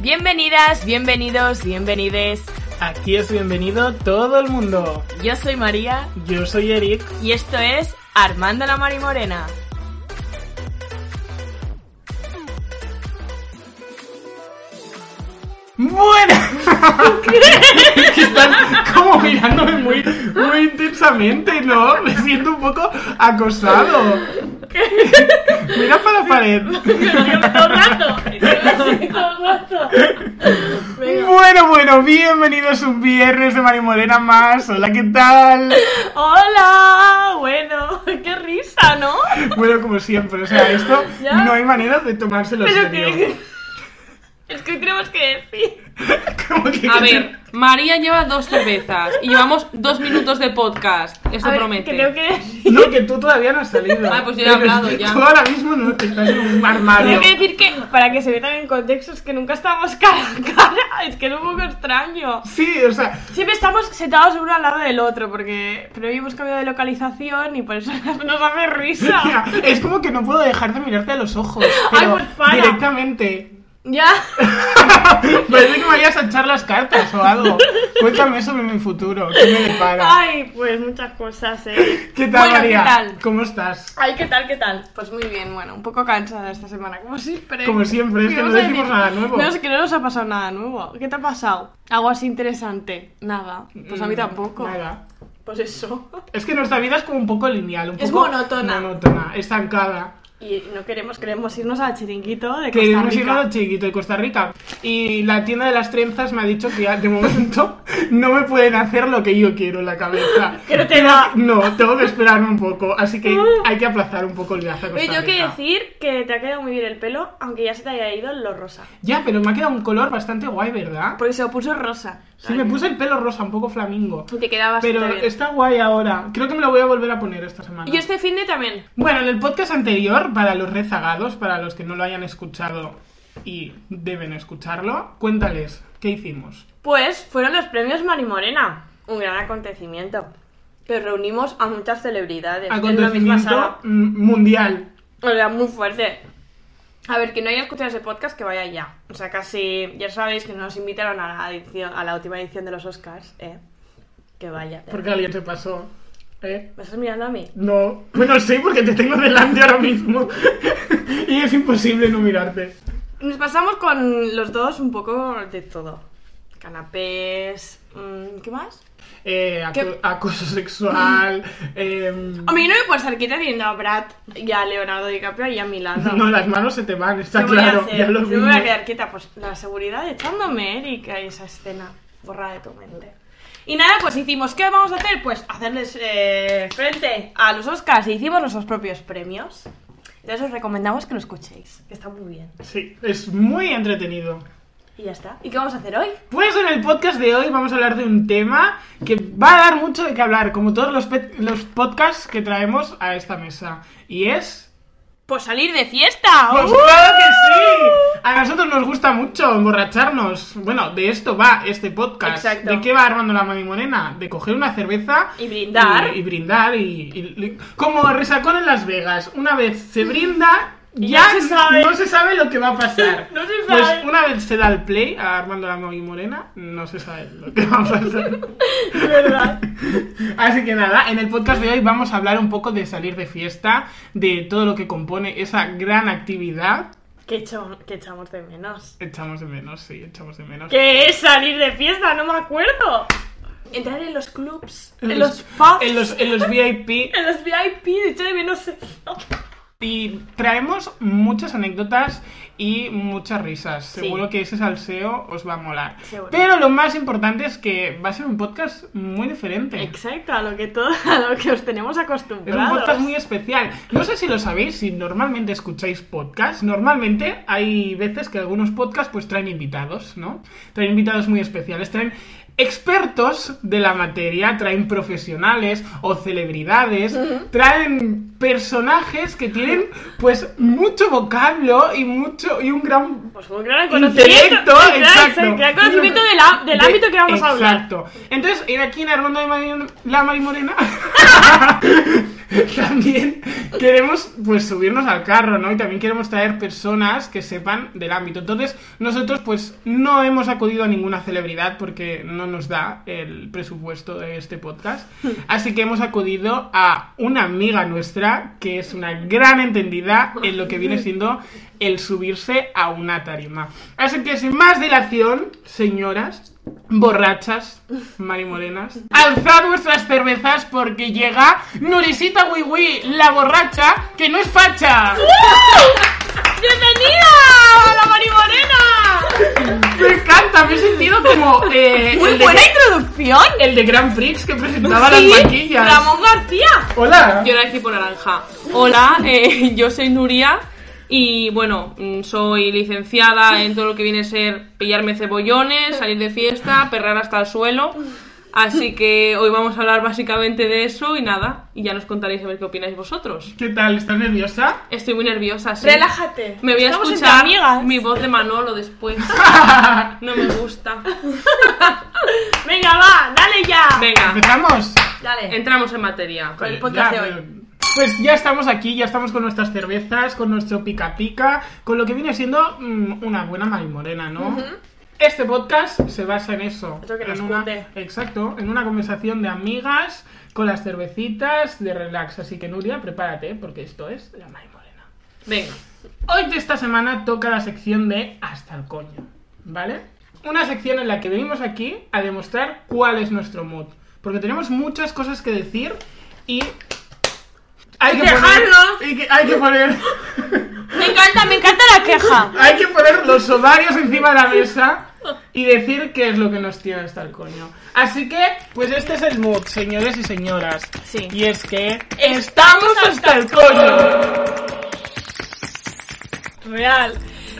Bienvenidas, bienvenidos, bienvenides. Aquí es bienvenido todo el mundo. Yo soy María Yo soy Eric. y esto es Armando la Mari Morena. ¡Buena! Que Están como mirándome muy, muy intensamente, ¿no? Me siento un poco acosado. Mira para la pared. todo el rato. todo el rato. Bueno, bueno, bienvenidos un viernes de Mari Morena más. Hola, ¿qué tal? Hola, bueno, qué risa, ¿no? Bueno, como siempre, o sea, esto Ya. no hay manera de tomárselo en Pero que... serio. Es que tenemos que decir. Como que- A ver, María lleva dos cervezas y llevamos dos minutos de podcast. Eso A ver, promete. creo que... No, que tú todavía no has salido. Ah, pues yo ya he hablado, ya. Tú ahora mismo no estás en un armario. Tengo que decir que, para que se vea también en contexto, es que nunca estamos cara a cara. Es que es un poco extraño. Sí, o sea, Siempre estamos sentados uno al lado del otro, porque. Pero hoy hemos cambiado de localización y por eso nos hace risa. Mira, es como que no puedo dejar de mirarte a los ojos. Ay, pero pues para. Directamente. Ya. Parece que me vayas a echar las cartas o algo. Cuéntame sobre mi futuro. ¿Qué me depara? Ay, pues muchas cosas, eh. ¿Qué tal, bueno, María? ¿Qué tal? ¿Cómo estás? Ay, ¿qué tal, qué tal? Pues muy bien, bueno, un poco cansada esta semana, como siempre. Como siempre, es que ¿Qué no vamos a decimos decir? nada nuevo. No, es que no nos ha pasado nada nuevo. ¿Qué te ha pasado? Algo así interesante. Nada. Pues a mí tampoco. Mm, Nada. Pues eso. Es que nuestra vida es como un poco lineal, un Es poco monótona. monótona, estancada. Y no queremos, queremos irnos al chiringuito de Costa Queremos Rica. irnos a chiquito de Costa Rica. Y la tienda de las trenzas me ha dicho que de momento no me pueden hacer lo que yo quiero en la cabeza. Que no te da. No, tengo que esperarme un poco, así que hay que aplazar un poco el viaje a Costa Oye, tengo que Rica. decir que te ha quedado muy bien el pelo, aunque ya se te haya ido lo rosa. Ya, pero me ha quedado un color bastante guay, ¿verdad? Porque se lo puso rosa. Sí, me puse el pelo rosa, un poco flamingo. Y te queda bastante Pero eh, bien. está guay ahora. Creo que me lo voy a volver a poner esta semana. Y este fin de también. Bueno, en el podcast anterior, para los rezagados, para los que no lo hayan escuchado y deben escucharlo, cuéntales, ¿qué hicimos? Pues fueron los premios Mari Morena. Un gran acontecimiento. Que reunimos a muchas celebridades. en la misma Acontecimiento sala. mm, mundial. O sea, muy fuerte. A ver, que no haya escuchado ese podcast, que vaya ya. O sea, casi. Ya sabéis que nos invitaron a la, edición- a la última edición de los Oscars, ¿eh? Que vaya. Porque alguien se pasó. ¿Eh? ¿Me estás mirando a mí? No. Bueno, sí, porque te tengo delante ahora mismo. y es imposible no mirarte. Nos pasamos con los dos un poco de todo. Canapés. mm, ¿Qué más? Eh, aco- ¿Qué? Oh, acoso sexual. em, Hombre, yo no me puedo estar quieta viendo a Brad y a Leonardo DiCaprio y a mi lado. No, las manos se te van, está ¿Qué voy a claro. hacer? ya lo Yo me voy a vimos. quedar quieta. Pues la seguridad echándome, Erika, y esa escena borrada de tu mente. Y nada, pues hicimos, ¿qué vamos a hacer? Pues hacerles eh, frente a los Oscars y hicimos nuestros propios premios. Entonces os recomendamos que lo escuchéis, que está muy bien. Sí, es muy entretenido. Y ya está. ¿Y qué vamos a hacer hoy? Pues en el podcast de hoy vamos a hablar de un tema que va a dar mucho de qué hablar, como todos los, pe- los podcasts que traemos a esta mesa. Y es Pues salir de fiesta. Pues ¡Uh! claro que sí. A nosotros nos gusta mucho emborracharnos. Bueno, de esto va este podcast. Exacto. ¿De qué va Armando la Mami Morena? De coger una cerveza Y brindar. Y, y brindar. Y, y- como resacón en Las Vegas. Una vez se brinda. Y Ya no se sabe. no se sabe lo que va a pasar. No se Pues sabe. una vez se da el play a Armando la Mami Morena, no se sabe lo que va a pasar. ¿Verdad? Así que nada, en el podcast de hoy vamos a hablar un poco de salir de fiesta, de todo lo que compone esa gran actividad. Que, echo- que echamos de menos. Echamos de menos, sí, echamos de menos. ¿Qué es salir de fiesta? No me acuerdo. Entrar en los clubs, en, los, pubs, En los, en los VIP. en los VIP, echo de menos eso. Y traemos muchas anécdotas y muchas risas. Sí. Seguro que ese salseo os va a molar. Seguro. Pero lo más importante es que va a ser un podcast muy diferente. Exacto, a lo que todo, a lo que os tenemos Es un acostumbrados. podcast muy especial. No sé si lo sabéis, si normalmente escucháis podcasts, normalmente hay veces que algunos podcasts pues traen invitados, ¿no? Traen invitados muy especiales, traen expertos de la materia, traen profesionales o celebridades, traen personajes que tienen pues mucho vocablo y mucho y un gran Pues un gran conocimiento. Intelecto, un gran- exacto. un gran conocimiento de la- del De- ámbito que vamos a hablar. Exacto. Entonces, en aquí en Armando de Mari- la Mari Morena también queremos pues subirnos al carro, ¿no? Y también queremos traer personas que sepan del ámbito. Entonces, nosotros pues no hemos acudido a ninguna celebridad porque no nos da el presupuesto de este podcast. Así que hemos acudido a una amiga nuestra que es una gran entendida en lo que viene siendo el subirse a una tarima. Así que sin más dilación, señoras, borrachas, marimorenas, alzad vuestras cervezas porque llega Nurisita Wiwi, la borracha que no es facha. ¡Bienvenida a la Mari Morena! Me encanta, me he sentido como eh, ¡Muy el, de, buena introducción! el de Grand Prix que presentaba las Sí, vaquillas. Ramón García. Hola. Yo era el tipo naranja. Hola, eh, yo soy Nuria y bueno, mm, soy licenciada en todo lo que viene a ser pillarme cebollones, salir de fiesta, perrar hasta el suelo. Así que hoy vamos a hablar básicamente de eso y nada, y ya nos contaréis a ver qué opináis vosotros. ¿Qué tal? ¿Estás nerviosa? Estoy muy nerviosa, sí. Relájate. Me voy a Estamos escuchar entre amigas. mi voz de Manolo después. No me gusta. Venga, va, dale ya. Venga, ¿Empezamos? Dale. entramos en materia. Con el podcast Eh, Ya, de hoy. pero- Pues ya estamos aquí, ya estamos con nuestras cervezas, con nuestro pica pica, con lo que viene siendo mm, una buena marimorena, ¿no? Este podcast se basa en eso. Eso que en nos una- cunde. Exacto, en una conversación de amigas, con las cervecitas, de relax. Así que Nuria, prepárate, porque esto es la marimorena. Venga. Hoy de esta semana toca la sección de Hasta el coño, ¿vale? Una sección en la que venimos aquí a demostrar cuál es nuestro mood. Porque tenemos muchas cosas que decir y. Hay que Quejarnos. poner. y que- hay que poner. Me encanta, me encanta la queja. Hay que poner los ovarios encima de la mesa y decir qué es lo que nos tiene hasta el coño. Así que, pues este es el mood, señores y señoras. Sí. Y es que estamos hasta el coño. Real.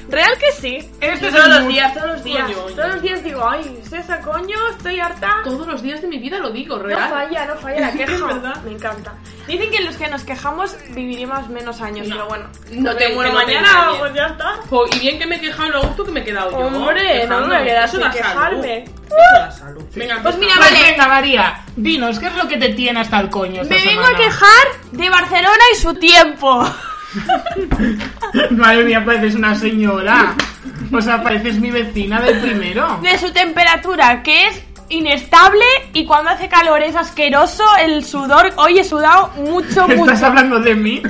Real que sí. Este Yo es todos el los mood. días, todos los días. Coño, todos los días digo, ay, estoy hasta coño, estoy harta. Todos los días de mi vida lo digo, No real. falla, no falla la Es que es queja. verdad. Me encanta. Dicen que los que nos quejamos viviremos menos años, pero bueno. No te te muero muero mañana, mañana, pues ya está. Jo, y bien que me he quejado lo a gusto que me he quedado yo. Hombre, no me Quejándome. quedas Eso sin da salud. quejarme. Eso da salud. Venga, Pues mira, Pues vale. venga, María, dinos, ¿qué es lo que te tiene hasta el coño esta Me vengo a semana? quejar de Barcelona y su tiempo. Madre mía, pareces una señora. O sea, pareces mi vecina del primero. De su temperatura, que es inestable y cuando hace calor es asqueroso. El sudor, hoy he sudado mucho, ¿Estás mucho. hablando de mí?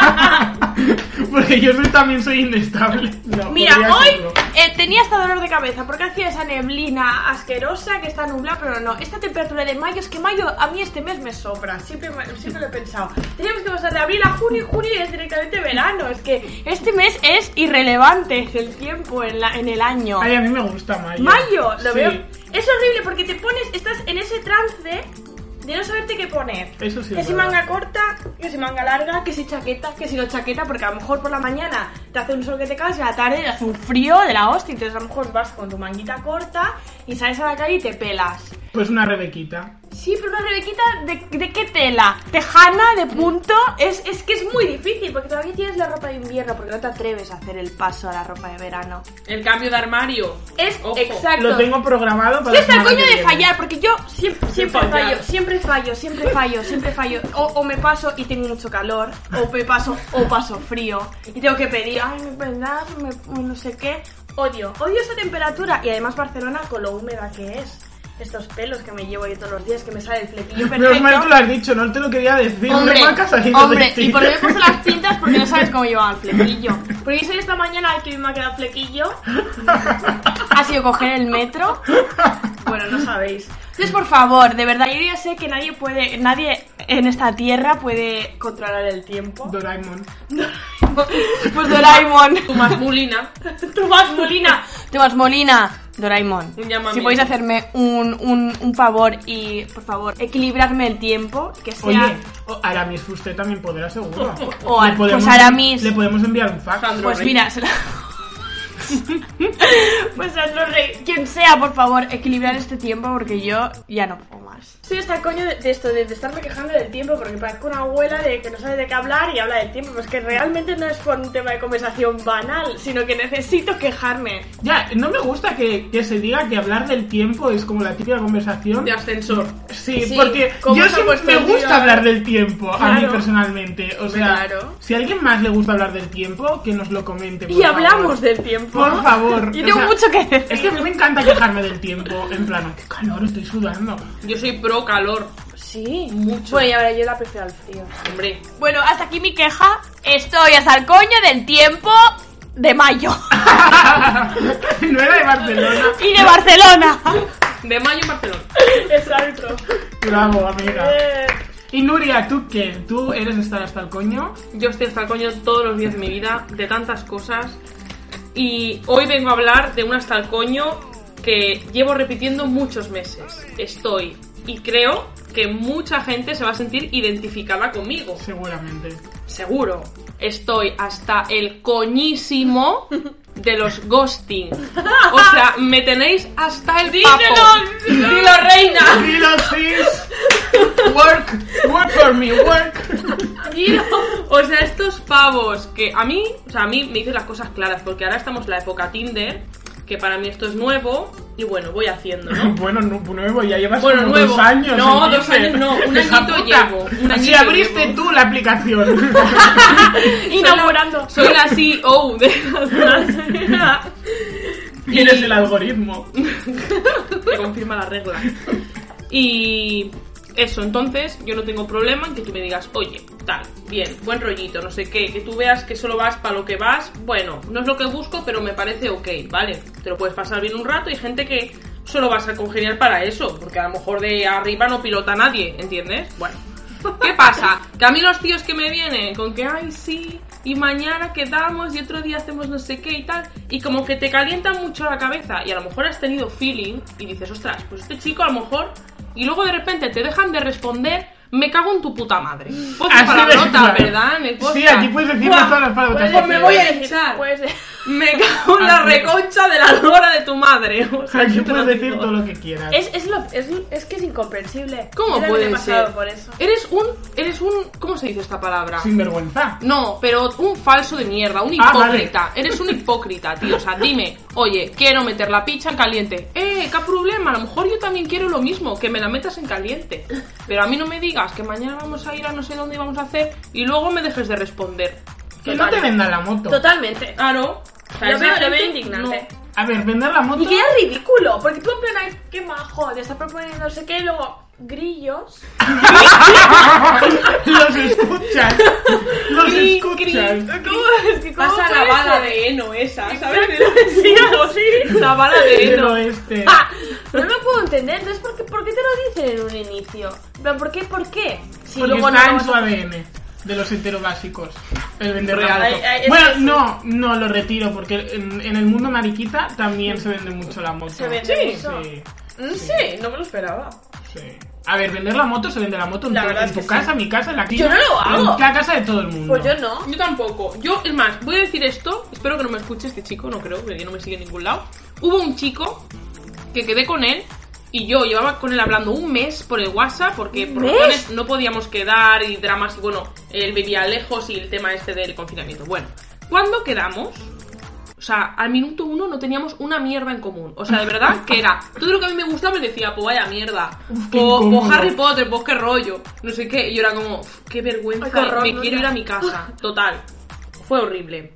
Porque yo soy- también soy inestable. No, Mira, podría hoy serlo. eh, tenía hasta dolor de cabeza porque hacía esa neblina asquerosa que está nublada, pero no. Esta temperatura de mayo es que mayo a mí este mes me sobra. Siempre, me- siempre lo he pensado. Teníamos que pasar de abril a junio y junio es directamente verano. Es que este mes es irrelevante el tiempo en, la- en el año. Ay, a mí me gusta Mayo. Mayo, lo Sí. veo. Es horrible porque te pones, estás en ese trance de no saberte qué poner. Eso sí Que es si verdad. manga corta, que si manga larga, que si chaqueta, que si no chaqueta, porque a lo mejor por la mañana te hace un sol que te cagas y a la tarde te hace un frío de la hostia, entonces a lo mejor vas con tu manguita corta y sales a la calle y te pelas. Pues una Rebequita. Sí, pero una rebequita de, de qué tela, tejana, de punto, es, es que es muy difícil porque todavía tienes la ropa de invierno porque no te atreves a hacer el paso a la ropa de verano. El cambio de armario. Es Ojo. exacto. Lo tengo programado para. Sí, la está el semana coño que de viene. fallar, porque yo siempre, siempre fallar. fallo, siempre fallo, siempre fallo, siempre fallo. O, o me paso y tengo mucho calor, o me paso, o paso frío, y tengo que pedir, ay, me prendas, me- no sé qué. Odio, odio esa temperatura, y además Barcelona con lo húmeda que es. Estos pelos que me llevo yo todos los días, que me sale el Menos flequillo mal que lo perfecto. has dicho, no te lo quería decir. Hombre, no me ha salido hombre, de ti. y por qué me puse las cintas porque no sabes cómo llevaba el flequillo. Porque hice esta mañana que me ha quedado flequillo. Ha sido coger el metro. Bueno, no sabéis. Entonces, por favor, de verdad, yo ya sé que nadie puede, nadie en esta tierra puede controlar el tiempo. Doraemon. Pues Doraemon. Tu más mulina. Tomás Molina. Tomás Molina. Doraemon. Un llamamiento. Si podéis hacerme un, un, un favor y, por favor, equilibrarme el tiempo, que sea... Oye, o- Aramis usted también podrá, seguro. O Le Ar- pues Aramis. Le podemos enviar un fax. Sandro Pues Rey. mira, se la- pues hazlo rey. Quien sea, por favor, equilibrar este tiempo porque yo ya no puedo más. Estoy hasta el coño de, de esto, de, de estarme quejando del tiempo porque parezco una abuela de que no sabe de qué hablar y habla del tiempo. Pues que realmente no es por un tema de conversación banal, sino que necesito quejarme. Ya, no me gusta que, que se diga que hablar del tiempo es como la típica conversación. De ascensor. Sí, Sí, porque como yo esa sí me cuestión, gusta tío. hablar del tiempo, a mí Claro. personalmente. O sea, Claro. si a alguien más le gusta hablar del tiempo, que nos lo comente. por Y favor. hablamos del tiempo. Por favor. Yo o tengo sea, mucho que decir. Es que a mí me encanta quejarme del tiempo. En plan, qué calor, estoy sudando. Yo soy pro calor. Sí, mucho. Bueno, y ahora yo la prefiero al frío. Hombre. Bueno, hasta aquí mi queja. Estoy hasta el coño del tiempo de mayo no era de Barcelona. y de Barcelona. De mayo en Barcelona. Exacto. Bravo, amiga. Eh. Y Nuria, ¿tú qué? ¿Tú eres de estar hasta el coño? Yo estoy hasta el coño todos los días de mi vida de tantas cosas. Y hoy vengo a hablar de un hasta el coño que llevo repitiendo muchos meses. Estoy. Y creo que mucha gente se va a sentir identificada conmigo. Seguramente. Seguro. Estoy hasta el coñísimo de los ghosting. O sea, me tenéis hasta el papo. Dímelo, ¡Dilo, reina! Dilo, sis. Work, work for me, work. O sea, estos pavos que a mí, o sea, a mí me dicen las cosas claras, porque ahora estamos en la época Tinder, que para mí esto es nuevo, y bueno, voy haciendo, ¿no? Bueno, nu- nuevo, ya llevas Bueno, como nuevo. dos años. No, en dos Tinder. años no, un Hija añito puta. llevo, un Si añito abriste llevo. tú la aplicación. Inaugurando. Soy la CEO de la Tienes el algoritmo. que confirma la regla. Y eso, entonces yo no tengo problema en que tú me digas, oye, tal, bien, buen rollito, no sé qué, que tú veas que solo vas para lo que vas, bueno, no es lo que busco, pero me parece ok, ¿vale? Te lo puedes pasar bien un rato y gente que solo vas a congeniar para eso, porque a lo mejor de arriba no pilota nadie, ¿entiendes? Bueno. ¿Qué pasa? Que a mí los tíos que me vienen con que, ay, sí, y mañana quedamos y otro día hacemos no sé qué y tal, y como que te calienta mucho la cabeza y a lo mejor has tenido feeling y dices, ostras, pues este chico a lo mejor, y luego de repente te dejan de responder, me cago en tu puta madre. Pues Así para de nota, claro. ¿verdad? En el Sí, podcast. aquí puedes decir Buah, todas las palabras. pues me voy a echar. Pues, Me cago en la reconcha de la lora de tu madre. O sea, Aquí yo te lo puedes decir digo. todo lo que quieras. es, es, lo- es, es que es incomprensible. Yo ¿Cómo también he puede pasado ser? por eso. Eres un, eres un, ¿cómo se dice esta palabra? Sin vergüenza. No, pero un falso de mierda, un Ah, vale. hipócrita. Eres un hipócrita, tío. O sea, dime, oye, quiero meter la picha en caliente. Eh, ¿qué problema? A lo mejor yo también quiero lo mismo, que me la metas en caliente. Pero a mí no me digas que mañana vamos a ir a no sé dónde y vamos a hacer y luego me dejes de responder. Que no te vendan la moto. Totalmente. Claro. O sea, Lo esa veo- lo gente veo indignante. no. A ver, vender la moto. Y que ya es ridículo, porque tú en plan, ay, qué majo, te está proponiendo no sé qué, y luego grillos. Los escuchas. Los Cri, escuchas. ¿Cómo es que cómo Pasa la puede bala ser? de heno esa, ¿sabes? Exacto, sí, sí. La bala de Del heno. oeste. Ah, No lo puedo entender, entonces, ¿por qué, por qué te lo dicen en un inicio? En plan, ¿Por qué? ¿Por qué? Si Porque luego no está lo en vas su a- ADN de los heterobásicos. El vender la Real. moto. Ay, ay, es bueno, que sí. no, no lo retiro porque en, en el mundo mariquita también se vende mucho la moto. Se vende sí, mucho. sí, No sé, no me lo esperaba. sí. A ver, vender la moto se vende la moto en, La tu- verdad en es tu que casa, mi casa, en la quinta. no lo hago. En la casa de todo el mundo. Pues yo no. Yo tampoco. Yo, es más, voy a decir esto. Espero que no me escuche este chico, no creo, porque no me sigue en ningún lado. Hubo un chico que quedé con él Y yo llevaba con él hablando un mes por el WhatsApp porque por razones no podíamos quedar y dramas y bueno, él vivía lejos y el tema este del confinamiento. Bueno, cuando quedamos, o sea, al minuto uno no teníamos una mierda en común. O sea, de verdad que era todo lo que a mí me gustaba me decía, pues vaya mierda, Uf, qué pues incómodo. Harry Potter, pues qué rollo, no sé qué. Y yo era como, "Uf, qué vergüenza, Ay, qué horror, me no, quiero ya. ir a mi casa. Total, fue horrible.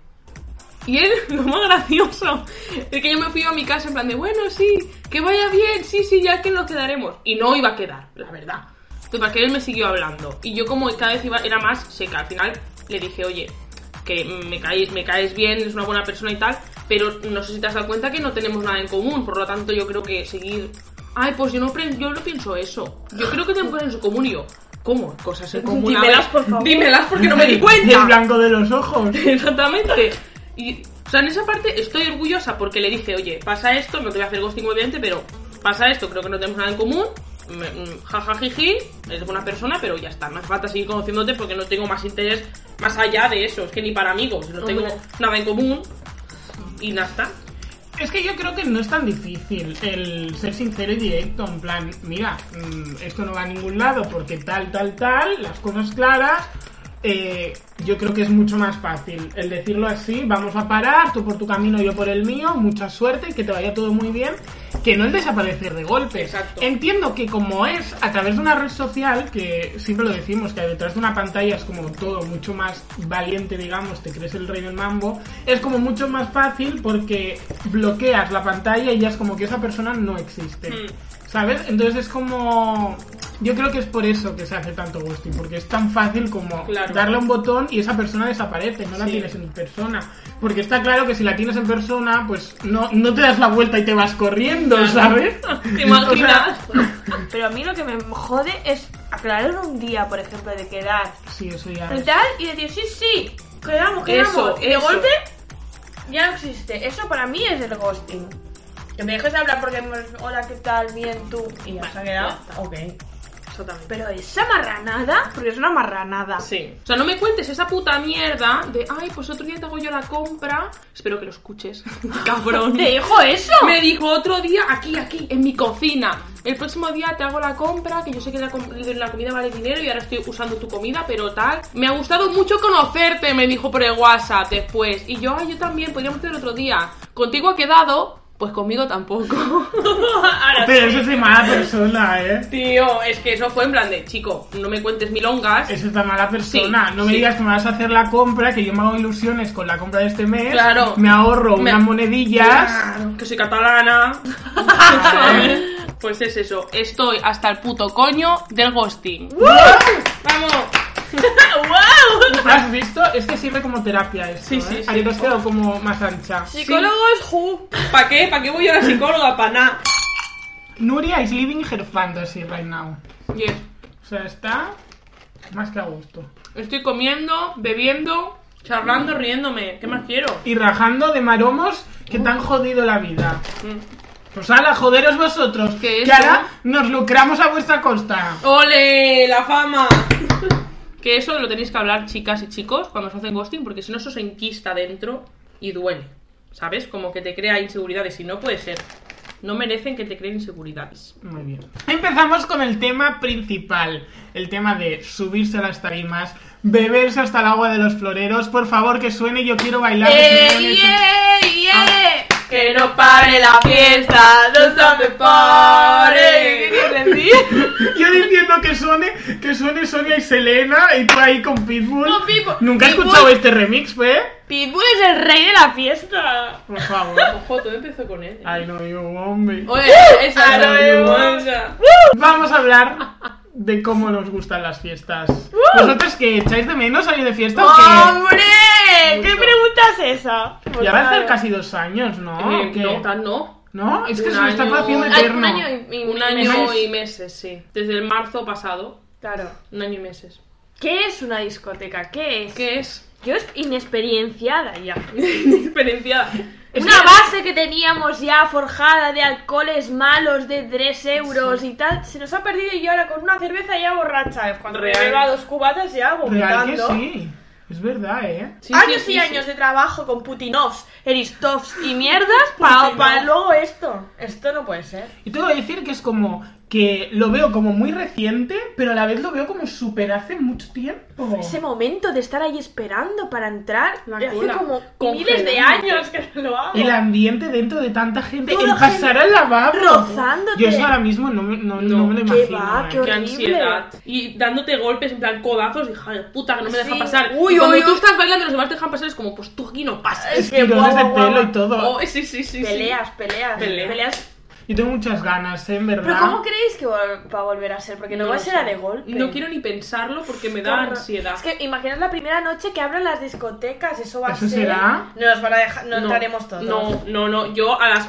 Y él, lo más gracioso, es que yo me fui a mi casa en plan de, bueno, sí, que vaya bien, sí, sí, ya que nos quedaremos. Y no iba a quedar, la verdad. Total, que él me siguió hablando. Y yo como cada vez iba, era más seca. Al final le dije, oye, que me, cae- me caes bien, eres una buena persona y tal, pero no sé si te has dado cuenta que no tenemos nada en común. Por lo tanto, yo creo que seguir... Ay, pues yo no, pre- yo no pienso eso. Yo creo que tenemos cosas en común. Y yo, ¿cómo? Cosas en común. A ver, Dímelas, por favor. Dímelas porque no me di cuenta. El blanco de los ojos. Exactamente. Y, o sea, en esa parte estoy orgullosa porque le dije, oye, pasa esto, no te voy a hacer ghosting obviamente, pero pasa esto, creo que no tenemos nada en común. me- mm, Jajajiji, eres buena persona, pero ya está. No hace falta seguir conociéndote porque no tengo más interés más allá de eso. Es que ni para amigos, no tengo Hombre. nada en común. Y nada está. Es que yo creo que no es tan difícil el ser sincero y directo, en plan, mira, mm, esto no va a ningún lado porque tal, tal, tal, las cosas claras. eh, yo creo que es mucho más fácil el decirlo así, vamos a parar, tú por tu camino, yo por el mío, mucha suerte, que te vaya todo muy bien, que no el desaparecer de golpe. Exacto. Entiendo que como es a través de una red social, que siempre lo decimos, que detrás de una pantalla es como todo mucho más valiente, digamos, te crees el rey del mambo, es como mucho más fácil porque bloqueas la pantalla y ya es como que esa persona no existe. Mm. ¿Sabes? Entonces es como... Yo creo que es por eso que se hace tanto ghosting, porque es tan fácil como Claro. darle a un botón y esa persona desaparece, no la Sí. tienes en persona. Porque está claro que si la tienes en persona, pues no, no te das la vuelta y te vas corriendo, ¿sabes? ¿Te imaginas? O sea, Pero a mí lo que me jode es aclarar un día, por ejemplo, de quedar sí, eso ya. y tal y decir, sí, sí, quedamos, quedamos. Eso, y de eso. golpe ya no existe. Eso para mí es el ghosting. Que me dejes de hablar porque, hemos- hola, ¿qué tal? Bien, tú. Y ya se ha quedado. Ok. Exactamente. Pero esa marranada, porque es una marranada. Sí. O sea, no me cuentes esa puta mierda de, ay, pues otro día te hago yo la compra. Espero que lo escuches. Cabrón. ¿Te dijo eso? Me dijo otro día aquí, aquí, en mi cocina. El próximo día te hago la compra, que yo sé que la, com- la comida vale dinero y ahora estoy usando tu comida, pero tal. Me ha gustado mucho conocerte, me dijo por el WhatsApp después. Y yo, ay, yo también, podríamos hacer otro día. Contigo ha quedado, pues conmigo tampoco. Ahora Pero eso es de mala persona, ¿eh? Tío, es que eso fue en plan de, chico, no me cuentes milongas. Eso es de mala persona. Sí, no me sí. digas que me vas a hacer la compra, que yo me hago ilusiones con la compra de este mes. Claro. Me ahorro Me- unas monedillas. Claro, que soy catalana. pues es eso, estoy hasta el puto coño del ghosting. ¡Vamos! ¿Has visto? Es que sirve como terapia esto, Sí, sí, ¿eh? sí. Ahí te has quedado como más ancha. Psicólogos, who? ¿Para qué? ¿Para qué voy a la psicóloga? Para nada. Nuria is living her fantasy right now. O sea, está más que a gusto. Estoy comiendo, bebiendo, charlando, riéndome. ¿Qué más quiero? Y rajando de maromos que te han jodido la vida. Mm. Pues ala, joderos vosotros. Que Que eso- ahora nos lucramos a vuestra costa. ¡Ole! ¡La fama! que eso lo tenéis que hablar, chicas y chicos, cuando os hacen ghosting, porque si no, eso se enquista dentro y duele. ¿Sabes? Como que te crea inseguridades. Y no puede ser. No merecen que te creen inseguridades. Muy bien. Empezamos con el tema principal, el tema de subirse a las tarimas, beberse hasta el agua de los floreros. Por favor, que suene, yo quiero bailar. que ¡Eh, suene eso. yeah, yeah! Que no pare la Ah. fiesta, no se Pare. ¿Qué quieres decir? Yo diciendo que suene, que suene Sonia y Selena y tú ahí con Pitbull. Con Pitbull. Nunca he Pitbull. escuchado este remix, ¿eh? Pitbull es el rey de la fiesta. Por favor. Ojo, todo empezó con E. él. Ay, no, yo, hombre. Oye, esa Ahora es vemos. la hermosa. Vamos a hablar de cómo nos gustan las fiestas. ¿Vosotros que echáis de menos salir de fiesta? o ¡Hombre! ¿Qué Mucho. pregunta es esa? Pues, qué? Ya va a hacer casi dos años, Ah, ¿no? Eh, ¿O qué? no, tan no. ¿No? Es que Un se me está año. haciendo Ay, eterno. y, Un año y meses, sí. Desde el marzo pasado, Claro. un año y meses. ¿Qué es una discoteca? ¿Qué es? ¿Qué es? Yo es inexperienciada ya. Diferencia. Una base que teníamos ya forjada de alcoholes malos de 3 euros y tal, se nos ha perdido y yo ahora con una cerveza ya borracha. Cuando me Real. beba dos cubatas ya Real que vomitando. sí. Es verdad, ¿eh? Sí, años sí, y sí, años sí. de trabajo con Putinovs, Eristovs y mierdas para luego esto. Esto no puede ser. Y tengo que decir que es como que lo veo como muy reciente, pero a la vez lo veo como súper hace mucho tiempo. Ese momento de estar ahí esperando para entrar La hace cola. como Congelante. miles de años que no lo hago. El ambiente dentro de tanta gente, Toda el la pasar al lavabo. rozándote. Yo eso ahora mismo no, me- no, no No, me lo qué imagino. va, ¿eh? qué Qué horrible. ansiedad. Y dándote golpes, en plan codazos, hija de puta, que no me deja Sí. pasar. Uy, y cuando uy, tú uy. estás bailando y los demás te dejan pasar, es como, pues tú aquí no pasas. Es que Tirones de guau, guau, pelo y guau. todo. Oh, sí, sí, sí. sí. Peleas, peleas, Pelea. peleas. Yo tengo muchas ganas, ¿eh? En verdad. Pero ¿cómo creéis que vol- va a volver a ser? Porque no, va a lo ser a sé. de golpe. No quiero ni pensarlo porque me Qué da horror. ansiedad. Es que imaginad la primera noche que abran las discotecas, eso va a ¿Eso ser. será? No nos van a dejar, no, No, entraremos todos. No, no, no. Yo a las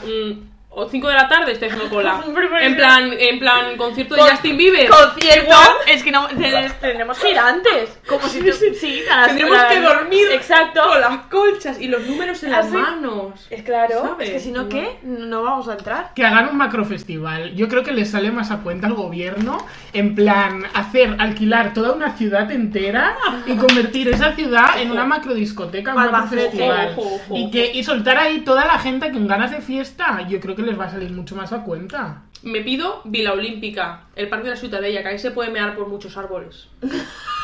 5 de la tarde estoy haciendo cola. Primero. en plan, en plan concierto de Con- Justin Bieber. Concierto, es que no ten- tendremos que ir antes. Como si tú- sí, a las- Tendremos a las- que dormir Exacto. Con las colchas y los números en las Así. manos. Es claro, ¿Sabes? es que si no, No. ¿qué? No vamos a entrar. Que hagan un macrofestival. Yo creo que les sale más a cuenta al gobierno, en plan, hacer, alquilar toda una ciudad entera y convertir esa ciudad en una macrodiscoteca, un Albacete. macrofestival. Ojo, ojo, Y, ojo. que, y soltar ahí toda la gente con ganas de fiesta. Yo creo que les va a salir mucho más a cuenta. Me pido Vila Olímpica, el parque de la Ciutadella, que ahí se puede mear por muchos árboles.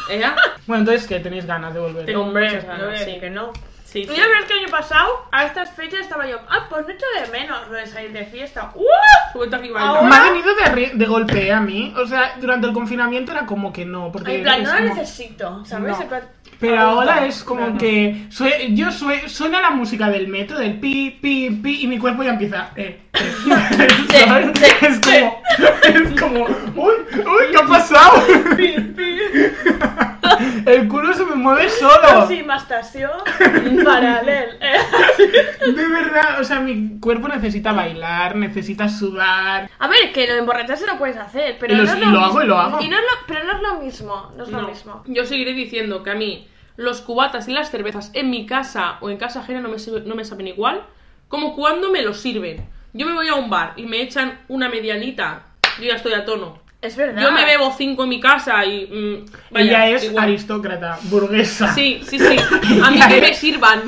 ¿Eh? Bueno, entonces, que tenéis ganas de volver? Tengo muchas no voy a ganas, decir sí. que no. Sí, Tú sí. ya ves que el año pasado, a estas fechas estaba yo, ah, pues no echo de menos lo de salir de fiesta. ¡Uh! Súbete aquí, Ahora- baila. Me ha venido de, arri- de golpe ¿eh? a mí. O sea, durante el confinamiento era como que no. Porque En plan, es no lo como- necesito, ¿sabes? No. En plan, Pero adulto. ahora es como que sue- yo sue- suena la música del metro, del pi, pi, pi, y mi cuerpo ya empieza. eh, eh, ¿sabes? es como, es como, uy, uy, ¿qué ha pasado? El culo se me mueve solo. Sí, más tasio, paralel. eh. De verdad, o sea, mi cuerpo necesita bailar, necesita sudar. A ver, que lo de emborracharse lo puedes hacer, pero Y lo- no es y lo hago, mismo. y lo hago. Y no es lo- pero no es lo mismo, no es lo No. mismo. Yo seguiré diciendo que a mí los cubatas y las cervezas en mi casa o en casa ajena no me, sirve- no me saben igual como cuando me los sirven. Yo me voy a un bar y me echan una medianita, yo ya estoy a tono. Es verdad. Yo me bebo cinco en mi casa y... mm, vaya, Ella es igual. aristócrata, burguesa. Sí, sí, sí. A mí que me sirvan.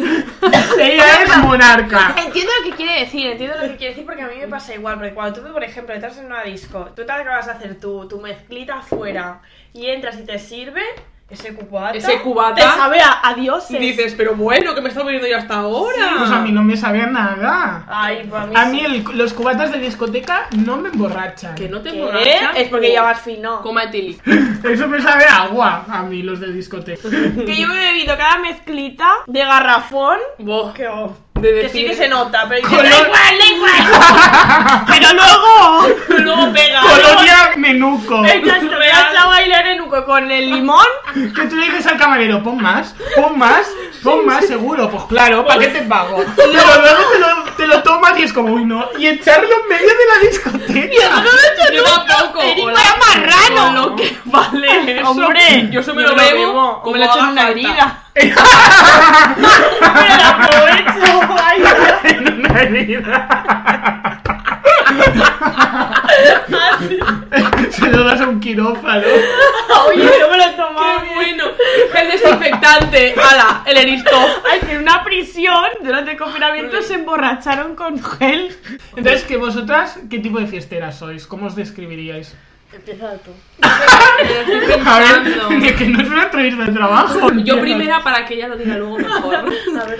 Ella es Ah. monarca. Entiendo lo que quiere decir, entiendo lo que quiere decir porque a mí Mm. me pasa igual, porque cuando tú, por ejemplo, entras en una disco, tú te acabas de hacer tu, tu mezclita afuera y entras y te sirve, ese cubata, Ese cubata. te sabe a, a dioses. Dices, pero bueno, que me estás bebiendo yo hasta ahora. Pues a mí no me sabe a nada. Ay, pues a mí, A sí. mí el- los cubatas de discoteca no me emborrachan. Que no te ¿Qué? emborrachas Es porque por- ya vas fino. Coma etili. Eso me sabe a agua a mí los de discoteca. Que yo me he bebido cada mezclita de garrafón. Vos, Que, oh, De que decir- sí que se nota, pero dices, Color- "Da igual, da igual. pero luego, luego pega. luego- Colonia menuco. Echas echas a bailar en Uco con el limón. Que tú le dices al camarero, pon más, pon más, pon más seguro. Pues claro, ¿para qué te pago? Pero luego te lo, te lo tomas y es como, uy, no. Y echarlo en medio de la discoteca. yo tampoco. Eric hola. era marrano. Con lo que vale eso. Hombre, yo eso me lo bebo. Como como le he hecho en haga una falta. herida. Pero la aprovecho. Ay, En una herida. Se lo das a un quirófano. Oye, yo me lo he tomado. Qué Ah, bueno. El desinfectante. Ala, el eristof. Ay, que en una prisión durante el confinamiento se emborracharon con gel. Entonces, que vosotras, ¿qué tipo de fiesteras sois? ¿Cómo os describiríais? Empieza tú. A ver, de que no es una entrevista de trabajo. Yo primera para que ella lo diga luego mejor. A ver,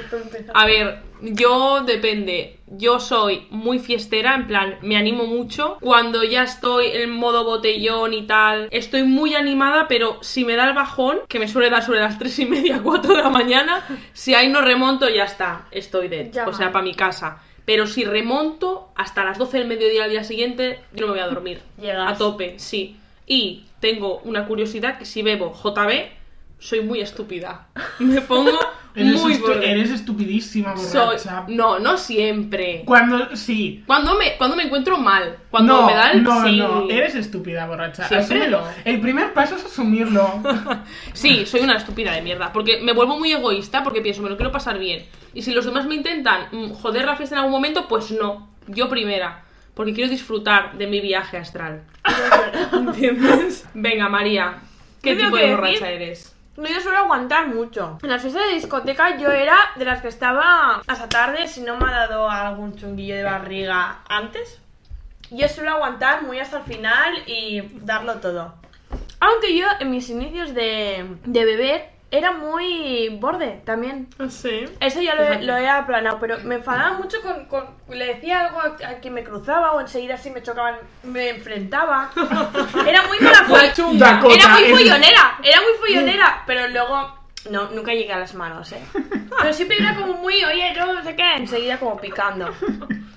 tú empieza. A ver, yo depende. Yo soy muy fiestera, en plan, me animo mucho. Cuando ya estoy en modo botellón y tal, estoy muy animada, pero si me da el bajón, que me suele dar sobre las tres y media, 4 de la mañana, si ahí no remonto, ya está, estoy de. Ya O sea, va. para mi casa. Pero si remonto hasta las 12 del mediodía al día siguiente, yo no me voy a dormir. Llegas. A tope, sí. Y tengo una curiosidad que si bebo JB, soy muy estúpida. Me pongo Eres, muy estu- borde. eres estupidísima, Soy- borracha. No, no siempre. Cuando. Sí. Cuando me, cuando me encuentro mal. Cuando no, me da el. no, sí. no, eres estúpida, borracha. Siempre Asúmelo. no. El primer paso es asumirlo. Sí, soy una estúpida de mierda. Porque me vuelvo muy egoísta porque pienso, me lo quiero pasar bien. Y si los demás me intentan mm, joder la fiesta en algún momento, pues no. Yo primera. Porque quiero disfrutar de mi viaje astral. ¿Entiendes? Venga, María. ¿Qué Yo tengo tipo que de borracha decir eres? No, yo suelo aguantar mucho. En las fiestas de discoteca yo era de las que estaba hasta tarde si no me ha dado algún chunguillo de barriga antes. Yo suelo aguantar muy hasta el final y darlo todo. Aunque yo en mis inicios de, de beber era muy borde también. Sí. Eso ya lo, he- lo he aplanado, pero me enfadaba mucho con, con- Le decía algo a, a quien me cruzaba o enseguida si me chocaban, me enfrentaba. Era muy mala fue- La chunga. Pues, Dakota, Era muy es- follonera, era muy follonera, pero luego... No, nunca llegué a las manos, ¿eh? Pero siempre era como muy, oye, no sé qué, enseguida como picando.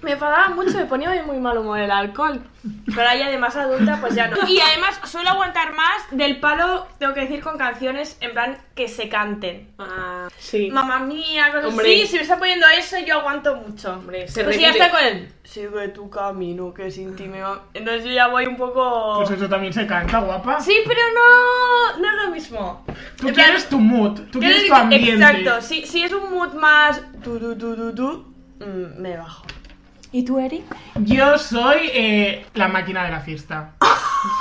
Me enfadaba mucho, me ponía de muy mal humor el alcohol. Pero ahora ya de más adulta, pues ya no. Y además suelo aguantar más del palo, tengo que decir, con canciones en plan que se canten. Ah, sí. Mamá mía, cosas Hombre. así. Si me está poniendo eso, yo aguanto mucho. Hombre, se pues si ya repite. está con él. Sigue tu camino, que sin ti me va. Entonces yo ya voy un poco. Pues eso también se canta, guapa. Sí, pero no. No es lo mismo. Tú En plan, quieres tu mood, tú yo le quieres tu digo- ambiente. Exacto. Si, si es un mood más. Tu, tu, tu, tu, tu, mm, me bajo. ¿Y tú, Eric? Yo soy eh, la máquina de la fiesta.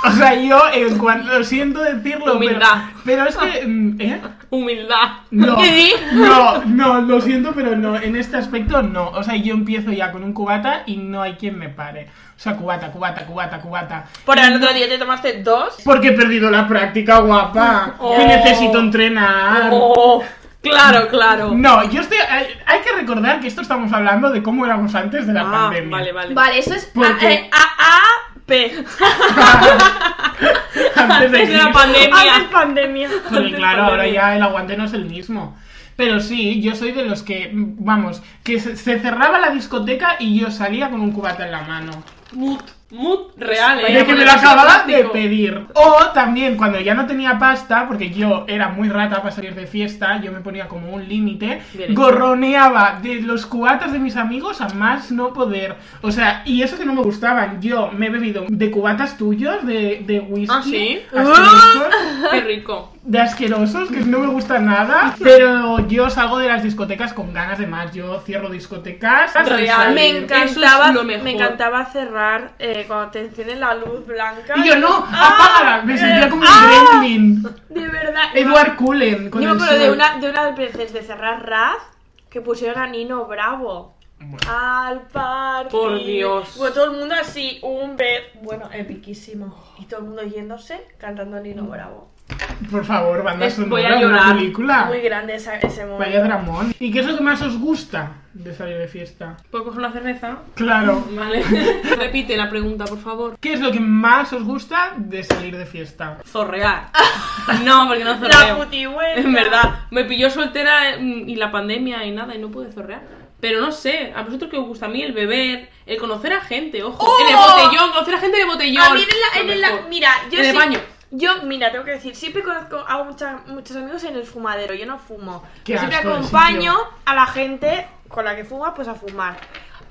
O sea, yo, en cuanto, lo siento decirlo, pero, Humildad. pero es que... mm, ¿eh? Humildad. No, ¿Qué di? no, no, lo siento, pero no, en este aspecto no. O sea, yo empiezo ya con un cubata y no hay quien me pare. O sea, cubata, cubata, cubata, cubata. Por el otro día te tomaste dos. Porque he perdido la práctica, guapa. Oh. Que necesito entrenar. Oh, claro, claro. No, yo estoy. Hay, hay que recordar que esto estamos hablando de cómo éramos antes de la Ah, pandemia. vale, vale. Vale, eso es. ¿Por A, qué? eh, A, A, P. antes de Antes de la Cristo. pandemia. Antes pandemia. Porque Antes claro, ahora pandemia. ya el aguante no es el mismo. Pero sí, yo soy de los que, mm, vamos, que se, se cerraba la discoteca y yo salía con un cubata en la mano. Mood, mood real, eh. De que me lo Ponerse acababa de plástico. pedir. O también cuando ya no tenía pasta, porque yo era muy rata para salir de fiesta, yo me ponía como un límite, Bien hecho. gorroneaba de los cubatas de mis amigos a más no poder. O sea, y eso que no me gustaban, yo me he bebido de cubatas tuyos, de, de whisky. Ah, ¿sí? asquerosos, Qué rico. de asquerosos que no me gusta nada, pero yo salgo de las discotecas con ganas de más. Yo cierro discotecas. Real. Me Eso es encantaba, lo mejor. me encantaba cerrar eh, cuando te encienden la luz blanca. Y yo no, ¡Ah! apágala, me sentía como un ¡Ah! gremlin. De verdad. Edward Cullen Yo con me el acuerdo de sol. una, de una veces de cerrar Raz que pusieron a Nino Bravo. Al par. Por Dios. Bueno, todo el mundo así, un vez. Bueno, epiquísimo. Y todo el mundo yéndose cantando Nino Mm. Bravo. Por favor, banda Es- voy sonora, a de una llorar. película. Muy grande esa- ese momento. Vaya dramón. ¿Y qué es lo que más os gusta de salir de fiesta? ¿Puedo coger una cerveza? Claro. Vale. Repite la pregunta, por favor. ¿Qué es lo que más os gusta de salir de fiesta? Zorrear. No, porque no La zorreo. putihuela. En verdad, me pilló soltera eh, y la pandemia y nada, y no pude zorrear. Pero no sé, a vosotros que os gusta a mí el beber, el conocer a gente, ojo. ¡Oh! En el botellón, conocer a gente de botellón. A mí en la- Lo en la- mejor. mira, yo En el sí- baño. Yo, mira, tengo que decir, siempre conozco a mucha- muchos amigos en el fumadero, yo no fumo. Qué Yo siempre asco de acompaño sitio. a la gente con la que fuma, pues a fumar.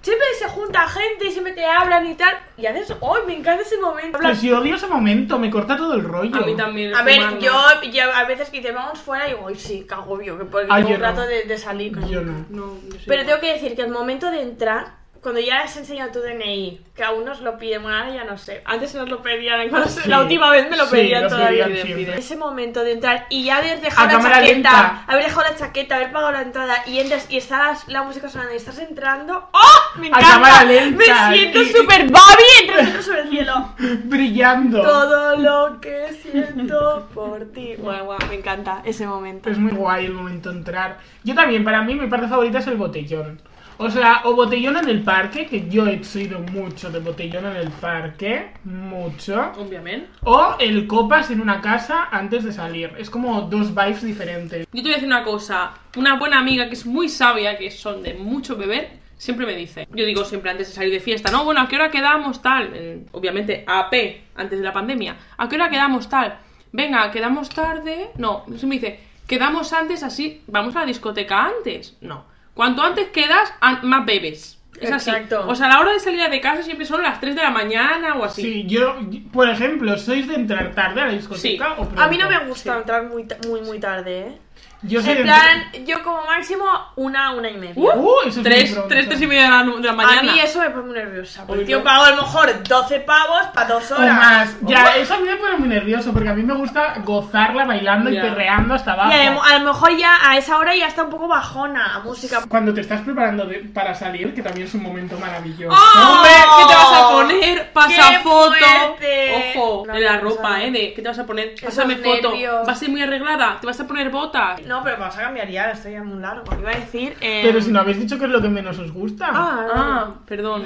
Siempre se junta gente y siempre te hablan y tal. Y haces, ¡ay, me encanta ese momento! Pues yo odio ese momento, me corta todo el rollo. A mí también. el a fumar, ver, ¿no? yo, yo a veces que dice, vamos fuera y digo, ¡ay, sí, cago yo! Que porque Ah, tengo yo un rato no. de, de salir. Yo no. No, yo soy Pero igual. tengo que decir que el momento de entrar, cuando ya has enseñado tu DNI, que aún nos lo piden, bueno, ahora ya no sé. Antes nos lo pedían, cuando se- Sí. la última vez me lo Sí, pedían lo todavía. pedían siempre. Ese momento de entrar y ya haber dejado A la cámara chaqueta, lenta. haber dejado la chaqueta, haber pagado la entrada y entras y estás la música sonando y estás entrando. ¡Oh! ¡Me A encanta! cámara lenta. ¡Me siento Y- súper Bobby! Entrando sobre el cielo. Brillando. Todo lo que siento por ti. Guau, guau, me encanta ese momento. Es muy guay el momento de entrar. Yo también, para mí, mi parte favorita es el botellón. O sea, o botellón en el parque, que yo he sido mucho de botellón en el parque, mucho. Obviamente. O el copas en una casa antes de salir. Es como dos vibes diferentes. Yo te voy a decir una cosa. Una buena amiga que es muy sabia, que son de mucho beber, siempre me dice. Yo digo siempre antes de salir de fiesta, no, bueno, ¿a qué hora quedamos tal? En- obviamente, AP, antes de la pandemia. ¿A qué hora quedamos tal? Venga, quedamos tarde. No, se me dice, quedamos antes así, vamos a la discoteca antes. No. Cuanto antes quedas, an- más bebes. Es Exacto. así. O sea, la hora de salida de casa siempre son las 3 de la mañana o así. Sí, yo, por ejemplo, ¿sois de entrar tarde a la discoteca Sí. o pronto? A mí no me gusta entrar muy, ta- muy, muy tarde, ¿eh? Yo Yo soy en el- plan, yo como máximo una, una y media. Uh, eso es muy tres, pronto. tres, tres y media de la, nu- de la a mañana. mí eso me pone muy nerviosa. Porque Uy, yo no. pago a lo mejor 12 pavos para dos O horas. más. Oh. Ya, eh, eso a mí me pone muy nervioso porque a mí me gusta gozarla bailando y Ya. perreando hasta Y abajo. adem- a lo mejor ya a esa hora ya está un poco bajona a música. Cuando te estás preparando de- para salir, que también es un momento maravilloso. ¡Hombre! ¿Qué te vas a poner? ¡Oh! ¡Qué Pasa foto. fuerte! Ojo, No, en la no ropa, sabe. ¿eh? De, ¿Qué te vas a poner? Esos Pásame foto. nervios. ¿Vas a ir muy arreglada? ¿Te vas a poner botas? No, pero vamos a cambiar ya, estoy ya muy largo. Iba a decir. eh, Pero si no habéis dicho que es lo que menos os gusta. Ah, ah, Ah, perdón.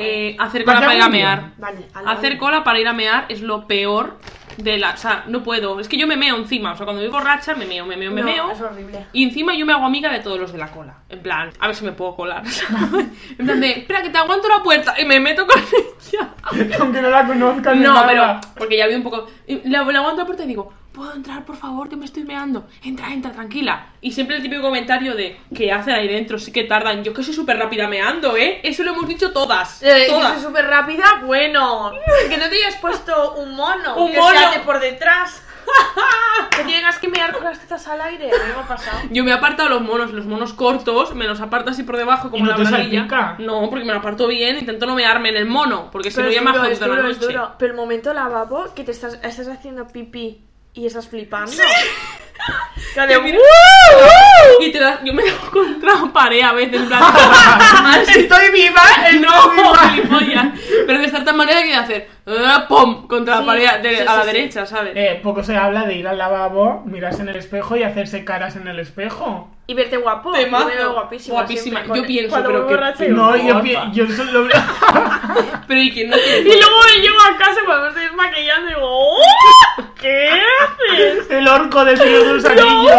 Eh, hacer Vaya cola para ir a muy bien. mear. vale. al- Hacer cola para ir a mear es lo peor de la... O sea, no puedo. Es que yo me meo encima. O sea, cuando voy borracha, me meo, me meo, me No, meo. Es horrible. Y encima yo me hago amiga de todos los de la cola. En plan, a ver si me puedo colar. en plan de, espera, que te aguanto la puerta. Y me meto con ella. Aunque no la conozcan ni No, nada. pero porque ya vi un poco. y Le, le aguanto la puerta y digo, ¿puedo entrar, por favor? Que me estoy meando. Entra, entra, tranquila. Y siempre el típico comentario de, ¿qué hacen ahí dentro? Sí que tardan. Yo que soy súper rápida meando, ¿eh? Eso lo hemos dicho todas. Eh, yo soy todas. súper rápida, bueno. Que no te hayas puesto un mono. Un que mono. se hace por detrás. que tengas que mirar con las tetas al aire. A mí me ha pasado. Yo me he apartado los monos, los monos cortos, me los aparto así por debajo como ¿Y no la te barbilla. salpica? No, porque me lo aparto bien, intento no mearme en el mono, porque si no es ya me ha duro, es jodido la duro, es noche. duro. Pero el momento lavabo que te estás, estás haciendo pipí y estás flipando. uh, Que de- Yo miro- ¡Uh! Y te la- yo me he contra pared a veces, en plan, así ¡Estoy viva! ¡Estoy No, viva! gilipollas. Pero de cierta manera que hacer ah, pom contra la Sí, pared de- sí, a la sí, sí. derecha, ¿sabes? Eh, poco se habla de ir al lavabo, mirarse en el espejo y hacerse caras en el espejo. Y verte guapo. Yo Temazo. me veo guapísima. Guapísima. siempre con- Yo pienso, cuando pero voy que- borracha, Sí, no, yo, guapa. pi- yo solo... Pero y quién no quiere Y luego llego a casa cuando me estoy desmaquillando y digo, "Oh, ¿qué haces? El orco del señor de los anillos.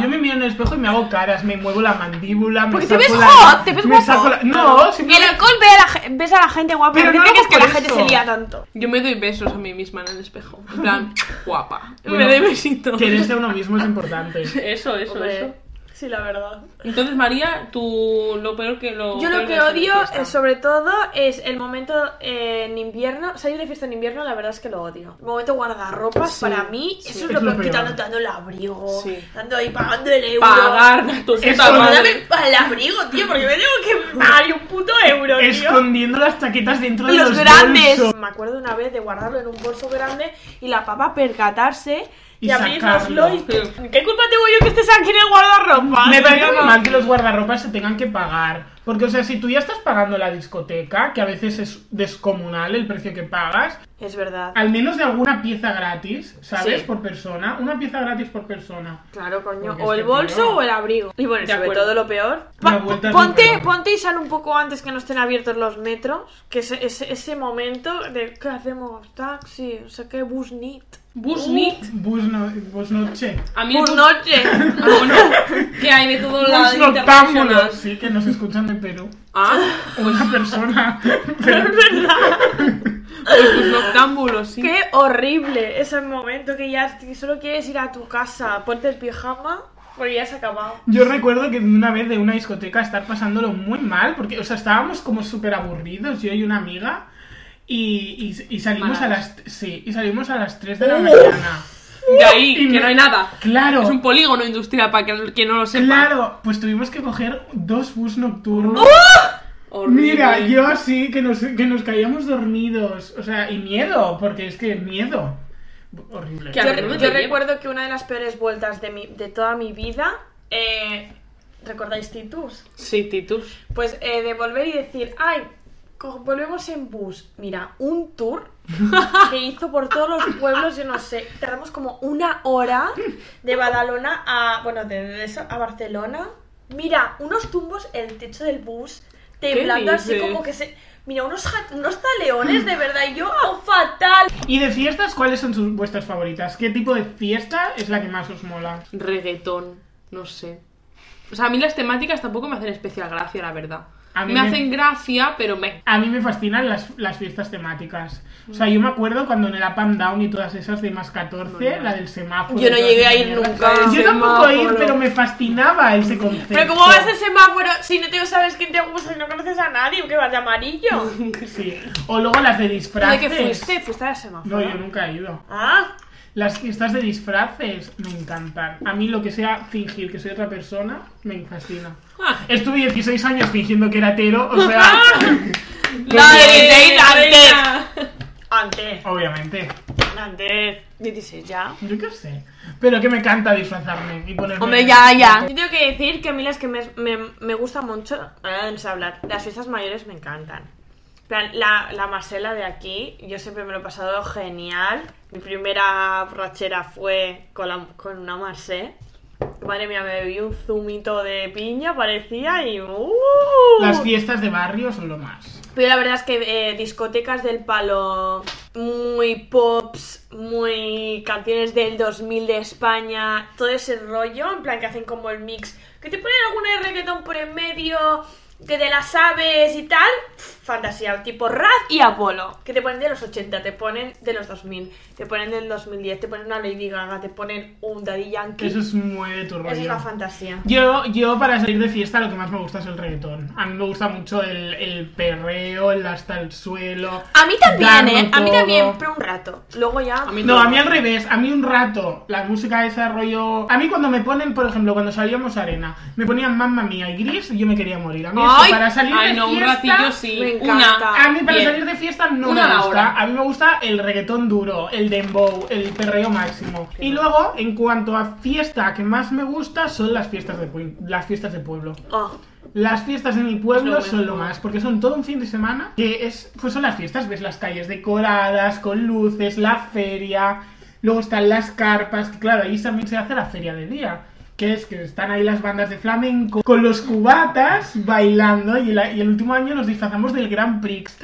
Yo me miro en el espejo y me hago caras, me muevo la mandíbula, me Porque te saco ves la- hot, te ves me guapo. saco la- No, El simplemente... alcohol ve a la, ge- ves a la gente guapa. Pero ¿Por qué no lo crees hago que la por gente eso. se lía tanto? Yo me doy besos a mí misma en el espejo. En plan, guapa. Bueno, me doy besitos. Quererse a uno mismo es importante. Eso, eso, eso. Sí, la verdad. Entonces, María, tú lo peor que lo. Yo lo peor que es odio, la fiesta. eh, sobre todo, es el momento eh, en invierno. Salir de fiesta en invierno, la verdad es que lo odio. El momento guardarropas, Sí, para mí, sí. eso Es es lo lo peor que peor. dando, dando el abrigo, Sí. dando ahí pagando el euro. Pagar a tu Eso puta no madre. Dame pa- el abrigo, tío, porque me tengo que pagar un puto euro, tío. Escondiendo las chaquetas dentro de Los los, grandes. bolsos. Me acuerdo una vez de guardarlo en un bolso grande y la papa percatarse y, Y abrirnoslo. sacarlo. Y... ¿Qué culpa tengo yo que estés aquí en el guardarropa? Me parece Pero muy no. mal que los guardarropas se tengan que pagar. Porque, o sea, si tú ya estás pagando la discoteca, que a veces es descomunal el precio que pagas, Es verdad. al menos de alguna pieza gratis, ¿sabes? Sí. Por persona. Una pieza gratis por persona. Claro, coño. Porque O es el que bolso tío. o el abrigo. Y bueno, De sobre acuerdo. todo lo peor. La po- vuelta es lo ponte, peor. ponte y sal un poco antes que no estén abiertos los metros. Que ese, ese, ese momento de ¿qué hacemos? Taxi, o sea, qué bus nit. Bus nit. Bus, no- bus noche. A mí el Bus bus- noche. Ah, bueno. Que hay de todo Bus lado. noctámbulo. internacional. Sí, que nos escuchan de Perú. Ah, Una persona. Pero- pues bus noctámbulo, sí. Qué horrible ese momento que ya t- solo quieres ir a tu casa, ponte el pijama, porque ya se ha acabado. Yo recuerdo que una vez de una discoteca estar pasándolo muy mal, porque, o sea, estábamos como súper aburridos, yo y una amiga, y, y- y salimos a las sí, y salimos a las 3 de la mañana. De ahí, Y que me- no hay nada. Claro, Es un polígono industrial para que, que no lo sepa. claro, pues tuvimos que coger dos bus nocturnos. Horrible. Mira, yo así, que nos, que nos caíamos dormidos, o sea, y miedo, porque es que miedo. Horrible. Que a Yo, ver, no yo te llevo. recuerdo que una de las peores vueltas de, mi- de toda mi vida, eh, ¿recordáis Titus? Sí, Titus. Pues eh, de volver y decir, ay, co- volvemos en bus. Mira, un tour que hizo por todos los pueblos, yo no sé, tardamos como una hora de Badalona a, bueno, de, de eso, a Barcelona. Mira, unos tumbos en el techo del bus, temblando así dices? como que se... Mira, unos, ja- unos taleones, de verdad, y yo oh, fatal. ¿Y de fiestas cuáles son sus, vuestras favoritas? ¿Qué tipo de fiesta es la que más os mola? Reggaetón. No sé. O sea, a mí las temáticas tampoco me hacen especial gracia, la verdad. A mí me me- hacen gracia, pero me. A mí me fascinan las, las fiestas temáticas. O sea, yo me acuerdo cuando en el Up and Down y todas esas de más 14, la del semáforo. Yo no y todas llegué a esas ir mierdas. nunca al Yo tampoco a ir, semáforo. pero me fascinaba ese concepto. Pero ¿cómo vas a semáforo si no te sabes quién te gusta y no conoces a nadie? ¿Qué vas de amarillo? Sí. O luego las de disfraces. ¿De qué fuiste? ¿Fuiste al semáforo? No, yo nunca he ido. Ah, Las fiestas de disfraces me encantan. A mí lo que sea fingir que soy otra persona me fascina. Ah. Estuve 16 años fingiendo que era hetero, o sea, La de Disney antes. Antes. obviamente. Antes. 16 ya. Yo qué sé. Pero que me encanta disfrazarme y ponerme. Hombre, ya, ya. Yo tengo que decir que a mí las que me, me, me gustan mucho, ahora no sé hablar, las fiestas mayores me encantan. En plan, La, la Marcela de aquí, yo siempre me lo he pasado genial. Mi primera borrachera fue con, la- con una Marcé. Madre mía, me bebí un zumito de piña, parecía, y ¡uh! Las fiestas de barrio son lo más. Pero la verdad es que eh, discotecas del palo, muy pops, muy canciones del 2000 de España, todo ese rollo, en plan que hacen como el mix, que te ponen alguna de reggaetón por en medio, que de las aves y tal, pff, fantasía, tipo Raz y Apolo, que te ponen de los 80, te ponen de los 2000, te ponen del 2010, te ponen una Lady Gaga, te ponen un Daddy Yankee, Eso es muy de tu rollo. Eso es la fantasía. Yo, yo para salir de fiesta lo que más me gusta es el reggaetón. A mí me gusta mucho el, el perreo, el hasta el suelo. A mí también, darlo ¿eh? A mí todo. también, pero un rato, luego ya... A mí No, a mí al revés, a mí un rato, la música esa rollo... A mí cuando me ponen, por ejemplo, cuando salíamos a arena, me ponían mamma mía y gris y yo me quería morir. A mí eso, Ay, para salir ay, de no, un fiesta... ratillo sí. me encanta. una. A mí para Bien. salir de fiesta no Una a me la gusta. hora. A mí me gusta el reggaetón duro, el dembow, el perreo máximo. Y luego, en cuanto a fiesta que más me gusta, son las fiestas de, pue- las fiestas de pueblo. Oh. Las fiestas de mi pueblo Es lo son lo mejor. más, porque son todo un fin de semana que es, pues son las fiestas, ves las calles decoradas, con luces, la feria, luego están las carpas, que claro, ahí también se hace la feria de día, que es que están ahí las bandas de flamenco con los cubatas bailando y, la- y el último año nos disfrazamos del Grand Prix.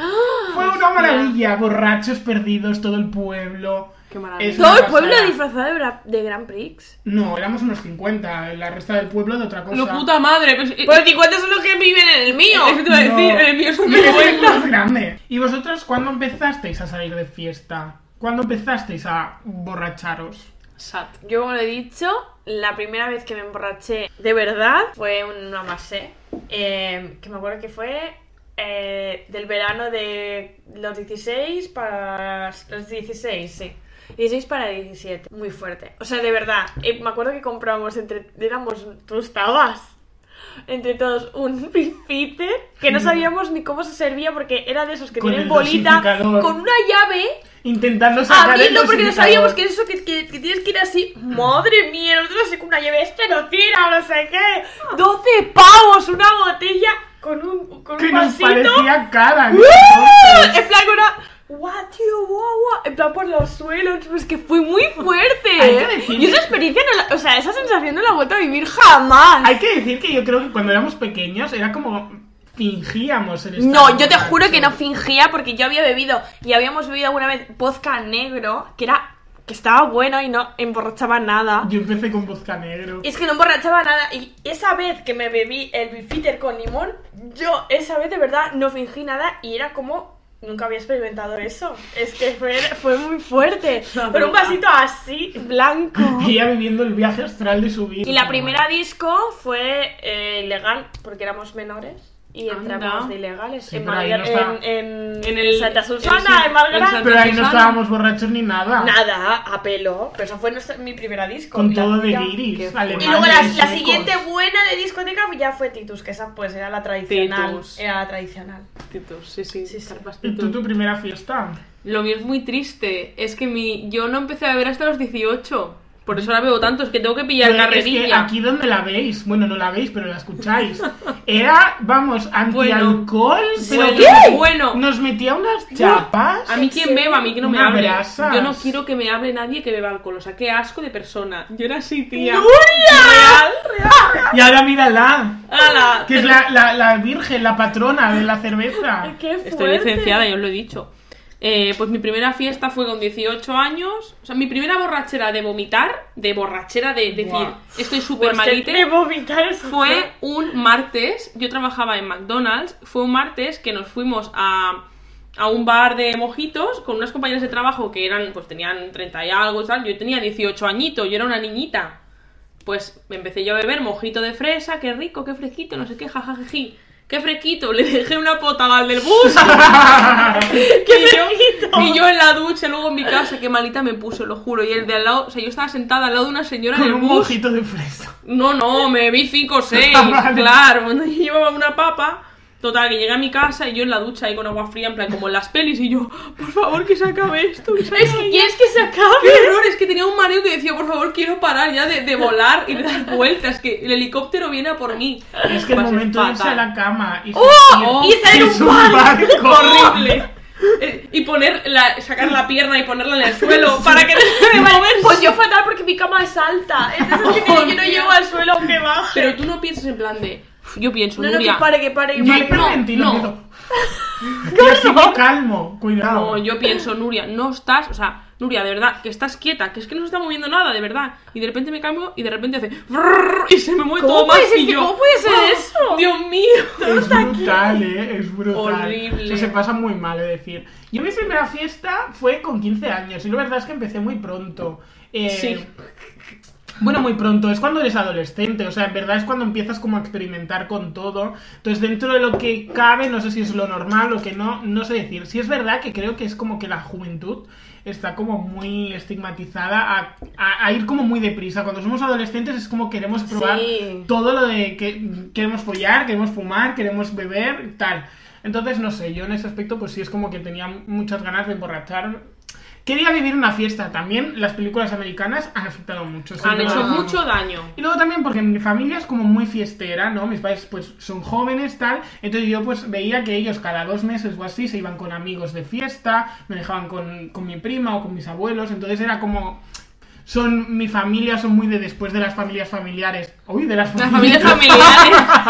Fue una maravilla, borrachos perdidos, todo el pueblo. Qué maravilla. Es una Todo el pueblo pasada. disfrazado de, Bra- de Grand Prix. No, éramos unos 50, la resta del pueblo de otra cosa. Lo puta madre. Pues, eh, Pues 50 son los que viven en el mío. eso te iba a decir, eh, No. el mío es un Mira, vergüenza. es más grande. ¿Y vosotros cuándo empezasteis a salir de fiesta? ¿Cuándo empezasteis a borracharos? Sat. Yo, como lo he dicho, la primera vez que me emborraché de verdad fue un amasé. eh, que me acuerdo que fue eh, del verano de los 16 para. Los 16, sí. 16 para 17, muy fuerte. O sea, de verdad, eh, me acuerdo que compramos entre. éramos tostabas. entre todos un pifite que no sabíamos ni cómo se servía porque era de esos que Con tienen el bolita dosificador. con una llave Intentando sacar el abriendo porque Ah, no dosificador. sabíamos que es eso que, que- que tienes que ir así madre mía nosotros así con una llave este no tira no sé qué 12 pavos una botella con un con Que un nos vasito parecía cara. ¿no? en plan con una guau tío guau guau en plan por los suelos es que fue muy fuerte Hay que ¿eh? decir- y esa experiencia no la- o sea esa sensación no la he vuelto a vivir jamás Hay que decir que yo creo que cuando éramos pequeños era como fingíamos el estar No, yo te borrachos. juro que no fingía porque yo había bebido y habíamos bebido alguna vez vodka negro, que era que estaba bueno y no emborrachaba nada. Yo empecé con vodka negro. Es que no emborrachaba nada y esa vez que me bebí el bifitter con limón, yo esa vez de verdad no fingí nada y era como nunca había experimentado eso. Es que fue, fue muy fuerte. Pero un vasito así blanco. Y ella viviendo el viaje astral de su vida. Y la primera disco fue eh, ilegal porque éramos menores y Anda. entramos de ilegales Sí, en, pero ahí Malga- no estaba- en, en- En el- Santa en Susana, sí, en Malgrat. en Santa- Pero ahí no Susana. estábamos borrachos ni nada. Nada, a pelo. Pero esa fue nuestra- mi primera disco. Con Y la todo de tuya. iris. Y luego la, la siguiente buena de discoteca ya fue Titus, que esa pues era la tradicional. Titus. Era la tradicional. Titos, sí, sí, Sí, sí. carpas, ¿Y tú titos. tu primera fiesta? Lo mío es muy triste. Es que mi, yo no empecé a beber hasta los 18. Por eso ahora bebo tanto. Es que tengo que pillar Pero Pues es carrerilla. que aquí donde la veis, bueno, no la veis, pero la escucháis. Era, vamos, antialcohol, pero Bueno, bueno. nos metía unas chapas. A mí quien beba, a mí que no me Unas hable. brasas. Yo no quiero que me hable nadie que beba alcohol. O sea, qué asco de persona. Yo era así, tía. Y ahora mírala, ¡Hala! que es la, la, la virgen, la patrona de la cerveza. ¡Qué fuerte! Estoy licenciada, ya os lo he dicho. Eh, pues mi primera fiesta fue con 18 años. O sea, mi primera borrachera de vomitar, de borrachera de decir, Buah. estoy súper Pues malita. de vomitar eso. Fue un martes, yo trabajaba en McDonald's, fue un martes que nos fuimos a, a un bar de mojitos con unas compañeras de trabajo que eran, pues tenían 30 y algo y tal, yo tenía 18 añitos, yo era una niñita. Pues me empecé yo a beber mojito de fresa, qué rico, qué fresquito, no sé qué, jajajají, qué fresquito, le dejé una pota al del bus. ¡Qué fresquito! Y yo en la ducha, luego en mi casa, qué malita me puse, lo juro. Y el de al lado, o sea, yo estaba sentada al lado de una señora en Con el un bus. mojito de fresa. No, no, me vi 5 o 6, Ah, vale. claro. Yo llevaba una papa. Total, que llegué a mi casa y yo en la ducha ahí con agua fría, en plan como en las pelis, y yo, por favor, que se acabe esto. Que se acabe Es que quieres que se ¡Qué acabe. horror! Es que tenía un mareo que decía, por favor, quiero parar ya de, de volar y de dar vueltas, que el helicóptero viene a por mí. Es que el Va a ser momento de irse a Pues fatal. la cama y ¡Oh! Y estar en es un un bar. barco horrible. Eh, Y poner la, sacar la pierna y ponerla en el suelo para que no se de moverse. Pues yo fatal porque mi cama es alta. Entonces que yo no llego al suelo aunque baje. Pero tú no piensas en plan de. "Uf, Yo pienso, No, no, que Nuria. pare, que pare, que Yo pare. hice no, mentira, no. pero- Y así me calmo, cuidado. No, yo pienso, Nuria, no estás. O sea, Nuria, de verdad, que estás quieta, que es que no se está moviendo nada, de verdad. Y de repente me cambio y de repente hace. "Brrr", Y se me mueve ¿Cómo todo más. puede ser y que- yo, cómo puede ser "Oh, eso?". Dios mío. Es brutal, ¿eh? Es brutal. Horrible. O sea, se pasa muy mal, es decir. Yo mi primera fiesta fue con 15 años y la verdad es que empecé muy pronto. Eh, Sí. Bueno, muy pronto, es cuando eres adolescente, o sea, en verdad es cuando empiezas como a experimentar con todo. Entonces, dentro de lo que cabe, no sé si es lo normal o que no, no sé decir. Sí es verdad que creo que es como que la juventud está como muy estigmatizada a, a- a ir como muy deprisa. Cuando somos adolescentes es como queremos probar Sí. todo lo de que queremos follar, queremos fumar, queremos beber, tal. Entonces, no sé, yo en ese aspecto pues sí es como que tenía muchas ganas de emborrachar. Quería vivir una fiesta. También las películas americanas han afectado mucho. Han siempre lo hecho hablamos. mucho daño. Y luego también porque mi familia es como muy fiestera, ¿no? Mis padres pues son jóvenes, tal. Entonces yo pues veía que ellos cada dos meses o así se iban con amigos de fiesta, me dejaban con, con mi prima o con mis abuelos. Entonces era como... Son mi familia, son muy de después de las familias familiares. Uy, de las Las familias, familias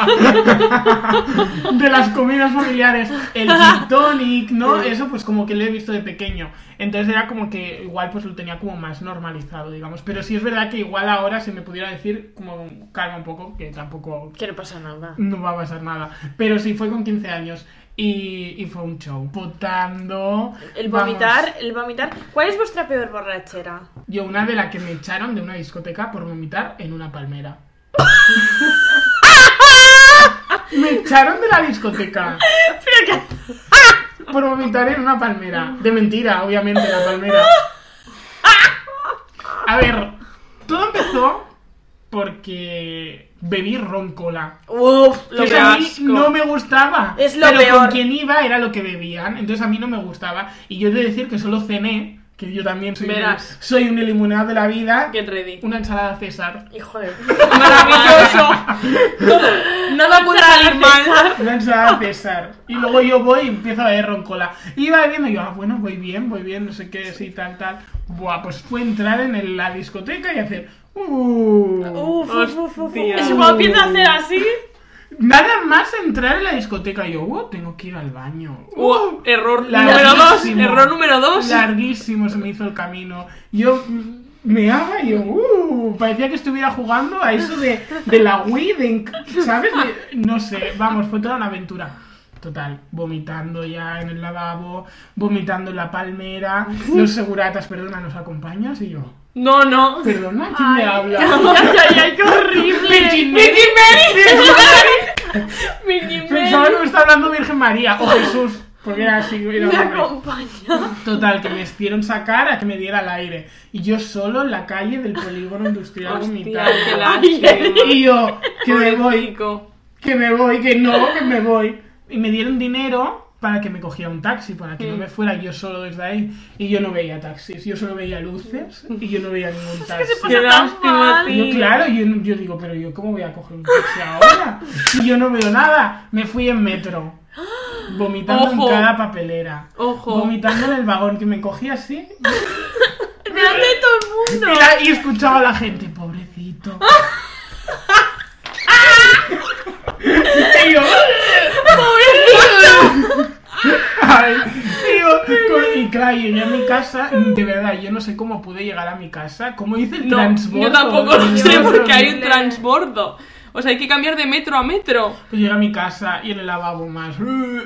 familiares. de las comidas familiares. El gin tonic, ¿no? Eso pues como que lo he visto de pequeño. Entonces era como que igual pues lo tenía como más normalizado, digamos. Pero sí es verdad que igual ahora se me pudiera decir como calma un poco, que tampoco Que no pasa nada. no va a pasar nada. Pero sí fue con 15 años y, y fue un show. Potando. El vamos. vomitar, el vomitar. ¿Cuál es vuestra peor borrachera? Yo una de la que me echaron de una discoteca por vomitar en una palmera. me echaron de la discoteca. por vomitar en una palmera. De mentira, obviamente, la palmera. A ver, todo empezó porque bebí roncola. Uf, Lo lo que peor. a mí asco. no me gustaba. Es lo pero con peor. quien iba era lo que bebían. Entonces a mí no me gustaba. Y yo he de decir que solo cené, que yo también soy, Verás. Un, soy un eliminado de la vida, Get ready. una ensalada César. Hijo de. Maravilloso. Nada puede salir mal. Una ensalada César. Y luego yo voy y empiezo a beber roncola. Y iba bebiendo y yo, ah, bueno, voy bien, voy bien, no sé qué, sí, tal, tal. Buah, pues fue entrar en el- la discoteca y hacer... Uh. Uf, uf, uf, uf. Hostia. Eso cuando empieza a hacer así. Nada más entrar en la discoteca y yo, uh, tengo que ir al baño. Uh, error número dos. Larguísimo. Error número dos. Larguísimo se me hizo el camino. Yo mm, me haga y yo, uh, parecía que estuviera jugando a eso de, de la Wii, de enc- ¿sabes? De- no sé, vamos, fue toda una aventura. Total, vomitando ya en el lavabo, vomitando en la palmera, los seguratas, perdona, ¿nos acompañas? Y yo, No, no. perdona, ¿quién me habla? Ay, ay, ay, qué horrible. Virgin Mary. Virgin Mary. Virgin Pensaba Mary. que me está hablando Virgen María o Jesús, porque era así, era Me hombre. acompaña. Total, que me hicieron sacar a que me diera el aire. Y yo solo en la calle del polígono industrial Hostia, vomitando. qué Ay, lástima. Y yo, que me voy, Pobrecito. que me voy, que no, que me voy. Y me dieron dinero para que me cogiera un taxi, para que no me fuera yo solo desde ahí. Y yo no veía taxis, yo solo veía luces y yo no veía ningún taxi. Qué lástima, Y Yo, tío. claro, yo, yo digo, pero yo cómo voy a coger un taxi ahora? Si yo no veo nada, me fui en metro, vomitando Ojo. en cada papelera, Ojo. vomitando en el vagón, que me cogí así Me hace todo el mundo. y, la- y escuchaba a la gente, pobrecito. y yo, Ay, tío, con- y claro, llegué a mi casa, de verdad, yo no sé cómo pude llegar a mi casa, cómo hice el No, transbordo. yo tampoco lo Dios sé mío. porque hay un transbordo. O sea, hay que cambiar de metro a metro. Pues llegué a mi casa y en el lavabo más,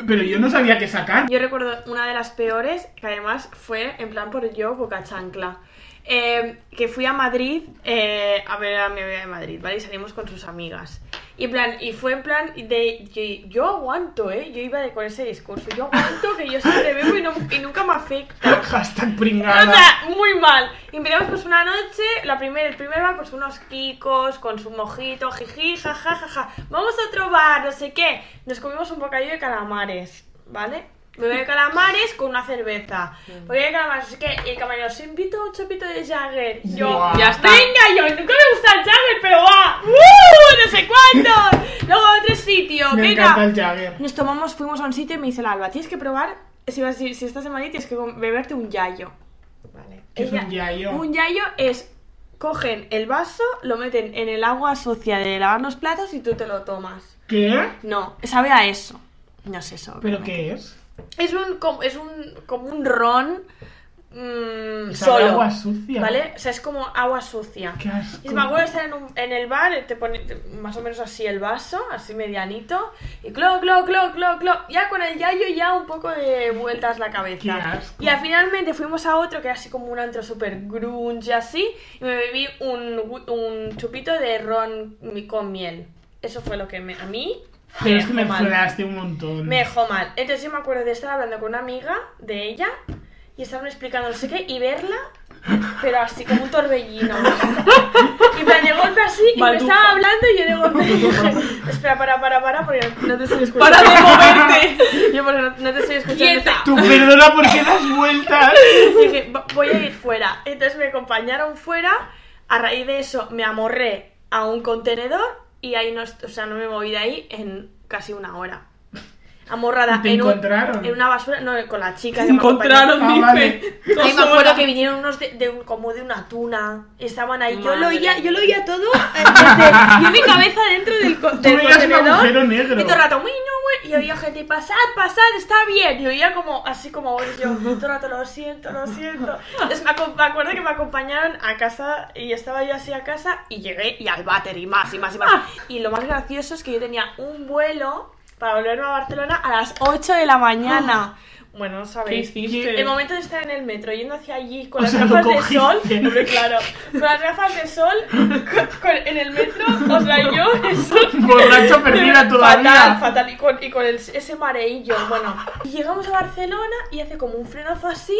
pero yo no sabía qué sacar. Yo recuerdo una de las peores, que además fue en plan por yo, boca chancla. eh, que fui a Madrid eh, a ver a mi amiga de Madrid, ¿vale? Y salimos con sus amigas. Y en plan, y fue en plan de yo, yo aguanto, ¿eh? Yo iba de- con ese discurso, yo aguanto que yo siempre bebo y, no- y nunca me afecta. Hashtag O pringada. sea, muy mal. Y empezamos pues una noche, la primera, el primer bar, pues unos kikos, con su mojito, jiji, jaja, jaja. Vamos a otro bar, no sé qué. Nos comimos un bocadillo de calamares, ¿vale? Bebé de calamares con una cerveza. Bocadillo de calamares, así que y el camarero, os invito a un chopito de Jagger. Yo, Guau. Ya está. venga, yo, nunca me gusta el Jagger, pero va. ¡Uh! No sé cuántos. Luego a otro sitio, Me venga. encanta el Jagger. Nos tomamos, fuimos a un sitio y me dice la Alba, tienes que probar, si, vas, si, si estás en Madrid, tienes que com- beberte un yayo. Vale. ¿Qué es un yayo? Un yayo es, cogen el vaso, lo meten en el agua sucia de lavar los platos y tú te lo tomas. ¿Qué? No, sabe a eso. No es eso. ¿Pero obviamente. qué es? Es un, com- es un, como un ron mm, Sabe solo. agua sucia. ¿Vale? O sea, es como agua sucia. Qué asco. Y me acuerdo de estar en, un- en el bar, te pone te- más o menos así el vaso, así medianito, y clo, clo, clo, clo, clo, ya con el yayo ya un poco de vueltas la Qué cabeza. asco. Y al finalmente fuimos a otro que era así como un antro super grunge y así, y me bebí un, wi- un chupito de ron mi- con miel. Eso fue lo que me- a mí Pero es que me dejó mal. floraste un montón. Me dejó mal. Entonces yo me acuerdo de estar hablando con una amiga de ella y estaban explicando no sé qué y verla, pero así como un torbellino. Y me de golpe así y me Maldufa. estaba hablando y yo de golpe dije, espera, para, para, para, porque no te estoy escuchando. ¡Para de moverte! Yo porque no, no te estoy escuchando. ¡Quieta! Tú perdona porque das vueltas. Y dije, "Va- voy a ir fuera. Entonces me acompañaron fuera. A raíz de eso me amorré a un contenedor y ahí no, est- o sea, no me moví de ahí en casi una hora. Amorrada ¿Te en, un- encontraron? en una basura, no, con la chica. Te que me encontraron, acompañó. Ah, dice. Dos Ahí me acuerdo horas. que vinieron unos de, de un- como de una tuna. y Estaban ahí. Yo lo Madre oía, yo lo mía. oía todo. eh, desde- yo mi cabeza dentro del, co- del veías un contenedor. agujero negro. Y todo el rato, "Uy, no, uy", Y oía gente, pasad, pasad, está bien. Y oía como, así como yo, todo el rato, lo siento, lo siento. Entonces me, acom- me acuerdo que me acompañaron a casa y estaba yo así a casa y llegué y al váter y más y más y más. Y lo más gracioso es que yo tenía un vuelo para volverme a Barcelona a las 8 de la mañana. Bueno, no ¿Qué sabéis. hiciste? El momento de estar en el metro yendo hacia allí con O las sea, lo gafas de cogiste. sol, hombre, claro, con las gafas de sol con- con- en el metro, o sea, yo eso. Borracho perdida Fatal, todavía. fatal, y con, y con el- ese mareillo, bueno. Y llegamos a Barcelona y hace como un frenazo así,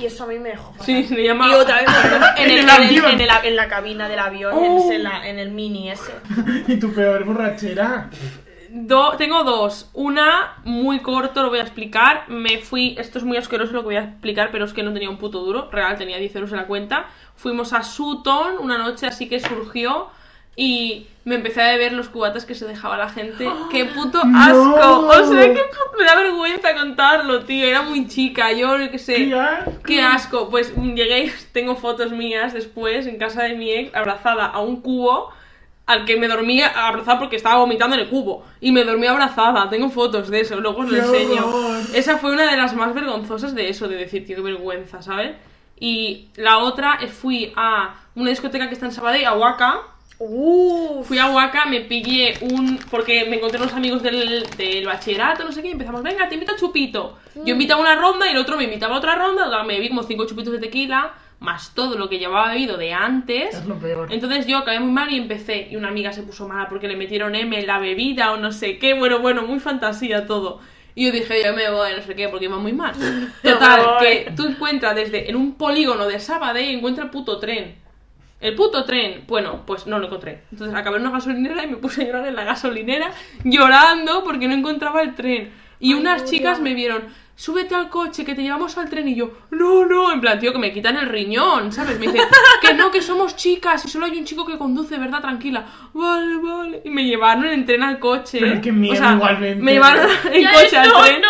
y eso a mí me dejó. fatal. Sí, le llama. Y otra vez en, el, En el en, el- avión. en el- en la cabina del avión, en, ese- en la- en el mini ese. Y tu peor borrachera. Do- tengo dos. Una, muy corto, lo voy a explicar. Me fui. Esto es muy asqueroso lo que voy a explicar, pero es que no tenía un puto duro. Real, tenía 10 euros en la cuenta. Fuimos a Sutton una noche, así que surgió. Y me empecé a beber los cubatas que se dejaba la gente. ¡Qué puto asco! ¡No! O sea, que me da vergüenza contarlo, tío. Era muy chica, yo qué sé. Qué asco. Qué asco, pues mm, llegué, y tengo fotos mías después en casa de mi ex abrazada a un cubo al que me dormía abrazada porque estaba vomitando en el cubo y me dormí abrazada, tengo fotos de eso, luego os lo ¡Qué enseño. horror! Esa fue una de las más vergonzosas de eso, de decir, tío, qué vergüenza, ¿sabes? Y la otra eh, fui a una discoteca que está en Sabadell, a Huaca, Uff, Fui a Huaca, me pillé un. Porque me encontré unos amigos del, del bachillerato, no sé qué, y empezamos, venga, te invito a chupito. Yo invitaba una ronda y el otro me invitaba a otra ronda, total, me bebí como cinco chupitos de tequila, más todo lo que llevaba bebido de antes. Es lo peor. Entonces yo acabé muy mal y empecé, y una amiga se puso mala porque le metieron M en la bebida o no sé qué, bueno, bueno, muy fantasía todo. Y yo dije, yo me voy, no sé qué, porque iba muy mal. Total, voy. que tú encuentras desde en un polígono de Sabadell, encuentra el puto tren. El puto tren. Bueno, pues no lo encontré. Entonces acabé en una gasolinera y me puse a llorar en la gasolinera, llorando porque no encontraba el tren. Y unas chicas me vieron, súbete al coche, que te llevamos al tren. Y yo, no, no, en plan, tío, que me quitan el riñón, ¿sabes? Me dicen, que no, que somos chicas y solo hay un chico que conduce, ¿verdad? Tranquila. Vale, vale. Y me llevaron en tren al coche. Pero qué miedo igualmente. Me llevaron en Ya coche es- al no, tren. no.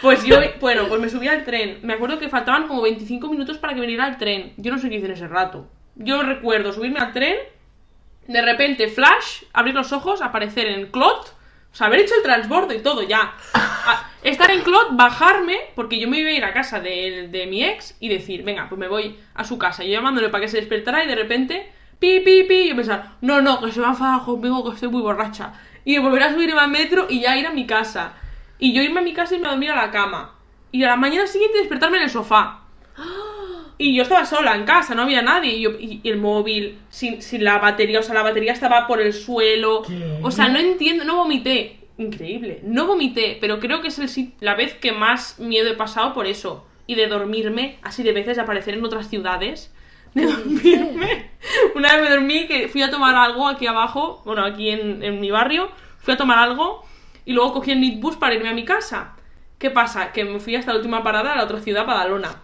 Pues yo, bueno, pues me subí al tren. Me acuerdo que faltaban como 25 minutos para que viniera el tren. Yo no sé qué hice en ese rato. Yo recuerdo subirme al tren, de repente flash, abrir los ojos, aparecer en Clot, o sea, haber hecho el transbordo y todo ya. A- estar en Clot, bajarme, porque yo me iba a ir a casa de, de mi ex y decir, venga, pues me voy a su casa. Yo llamándole para que se despertara y de repente, pi, pi, pi, y yo pensar, no, no, que se va a enfadar conmigo, que estoy muy borracha. Y volver a subirme al metro y ya ir a mi casa. Y yo irme a mi casa y me dormir a la cama. Y a la mañana siguiente despertarme en el sofá. Y yo estaba sola en casa, no había nadie. Y, yo- y- y el móvil, sin, sin la batería, o sea, la batería estaba por el suelo. ¿Qué? O sea, no entiendo, no vomité. Increíble, no vomité, pero creo que es el, sit- la vez que más miedo he pasado por eso. Y de dormirme, así de veces, de aparecer en otras ciudades. De dormirme. Una vez me dormí, que fui a tomar algo aquí abajo, bueno, aquí en, en mi barrio. Fui a tomar algo y luego cogí el Nitbus para irme a mi casa. ¿Qué pasa? Que me fui hasta la última parada a la otra ciudad, Badalona.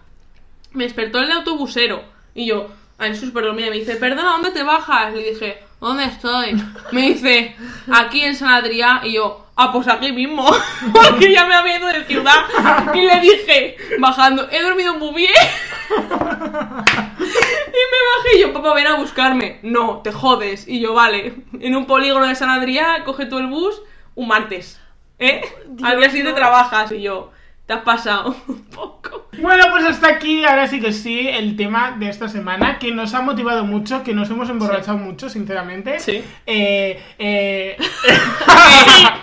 Me despertó el autobusero. Y yo, en sus dormida, me dice, perdona, ¿dónde te bajas? Le dije, ¿dónde estoy? Me dice, aquí en San Adrián. Y yo, ah, pues aquí mismo. Porque ya me había ido de ciudad. Y le dije, bajando, he dormido muy bien. Y me bajé y yo, papá, ven a buscarme. No, te jodes. Y yo, vale, en un polígono de San Adrián, coge tú el bus un martes. ¿Eh? Al día siguiente trabajas. Y yo, te has pasado un poco. Bueno, pues hasta aquí, ahora sí que sí, el tema de esta semana, que nos ha motivado mucho, que nos hemos emborrachado mucho, sinceramente. Sí. Eh, eh,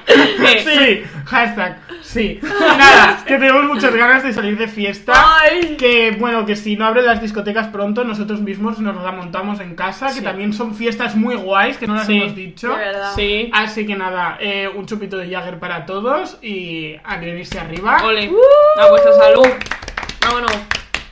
Eh, sí, hashtag, sí. Nada, que tenemos muchas ganas de salir de fiesta. Ay. Que bueno, que si no abren las discotecas pronto, nosotros mismos nos la montamos en casa, que Sí. también son fiestas muy guays, que no las Sí. hemos dicho. De verdad. Sí. Así que nada, eh, un chupito de Jagger para todos y a venirse arriba. Ole. Uh. A vuestra salud. Vámonos.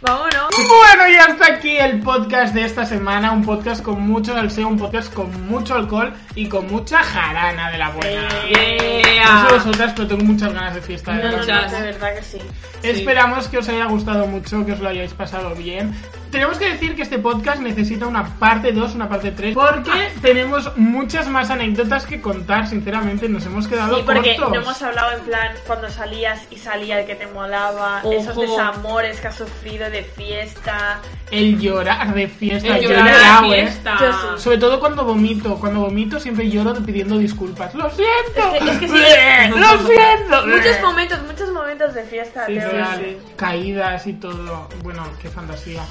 Vámonos. Bueno, y hasta aquí el podcast de esta semana, un podcast con mucho salseo, un podcast con mucho alcohol y con mucha jarana de la buena. No sé vosotras, pero tengo muchas ganas de fiesta. de No, no, verdad. no, de verdad que sí. Esperamos que os haya gustado mucho, que os lo hayáis pasado bien. Tenemos que decir que este podcast necesita una parte 2, una parte 3, porque Ah. tenemos muchas más anécdotas que contar, sinceramente, nos hemos quedado Sí, porque cortos. no hemos hablado en plan cuando salías y salía el que te molaba, Ojo. esos desamores que has sufrido de fiesta. El llorar de fiesta, El yo llorar he de llorado, ¿eh? fiesta. Yo sí. Sobre todo cuando vomito. Cuando vomito siempre lloro pidiendo disculpas. ¡Lo siento! Es que- es que sí. ¡Lo siento! Muchos momentos, muchos momentos de fiesta, Sí, Teo, real. Caídas y todo. Bueno, qué fantasía.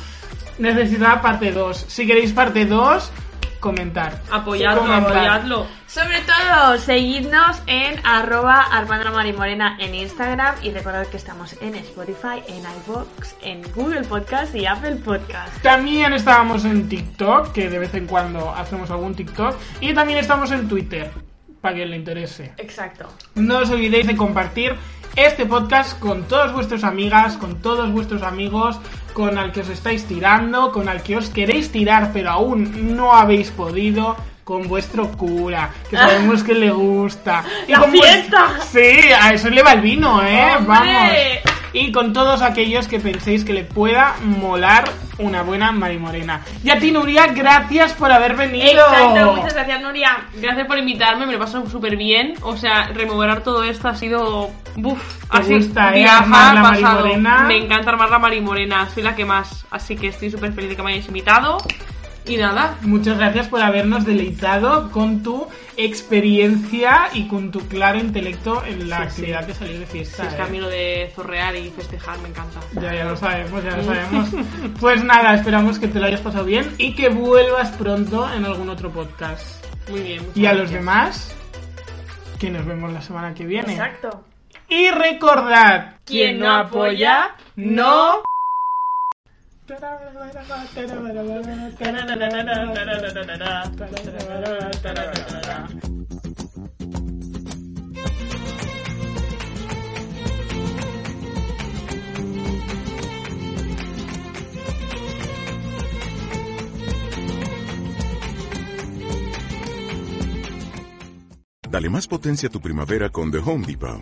Necesitaba parte 2. Si queréis parte 2, comentar. Apoyadlo, Comentar. apoyadlo. Sobre todo, seguidnos en arroba Armando Marimorena en Instagram y recordad que estamos en Spotify, en iVoox, en Google Podcast y Apple Podcast. También estábamos en TikTok, que de vez en cuando hacemos algún TikTok. Y también estamos en Twitter, para que le interese. Exacto. No os olvidéis de compartir este podcast con todas vuestras amigas, con todos vuestros amigos, con al que os estáis tirando, con al que os queréis tirar pero aún no habéis podido, con vuestro cura, que sabemos que le gusta. ¡La con vues- fiesta! Sí, a eso le va el vino, ¿eh? ¡Hombre! Vamos. Y con todos aquellos que penséis que le pueda molar una buena marimorena. Y a ti, Nuria, gracias por haber venido. Exacto, muchas gracias, Nuria. Gracias por invitarme, me lo paso súper bien. O sea, remover todo esto ha sido. Buf, Te así gusta, ¿eh? viajar, Armar la pasado. marimorena. Me encanta armar la marimorena, soy la que más. Así que estoy súper feliz de que me hayáis invitado. Y nada, Muchas gracias por habernos deleitado con tu experiencia y con tu claro intelecto en la actividad de salir de fiesta. es ¿eh? camino de zorrear y festejar, me encanta. Ya, ya lo sabemos, ya lo sabemos. pues nada, esperamos que te lo hayas pasado bien y que vuelvas pronto en algún otro podcast. Muy bien. muchas Y a los gracias. demás, que nos vemos la semana que viene. Exacto. Y recordad, Quien no apoya, no... Dale más potencia a tu primavera con The Home Depot.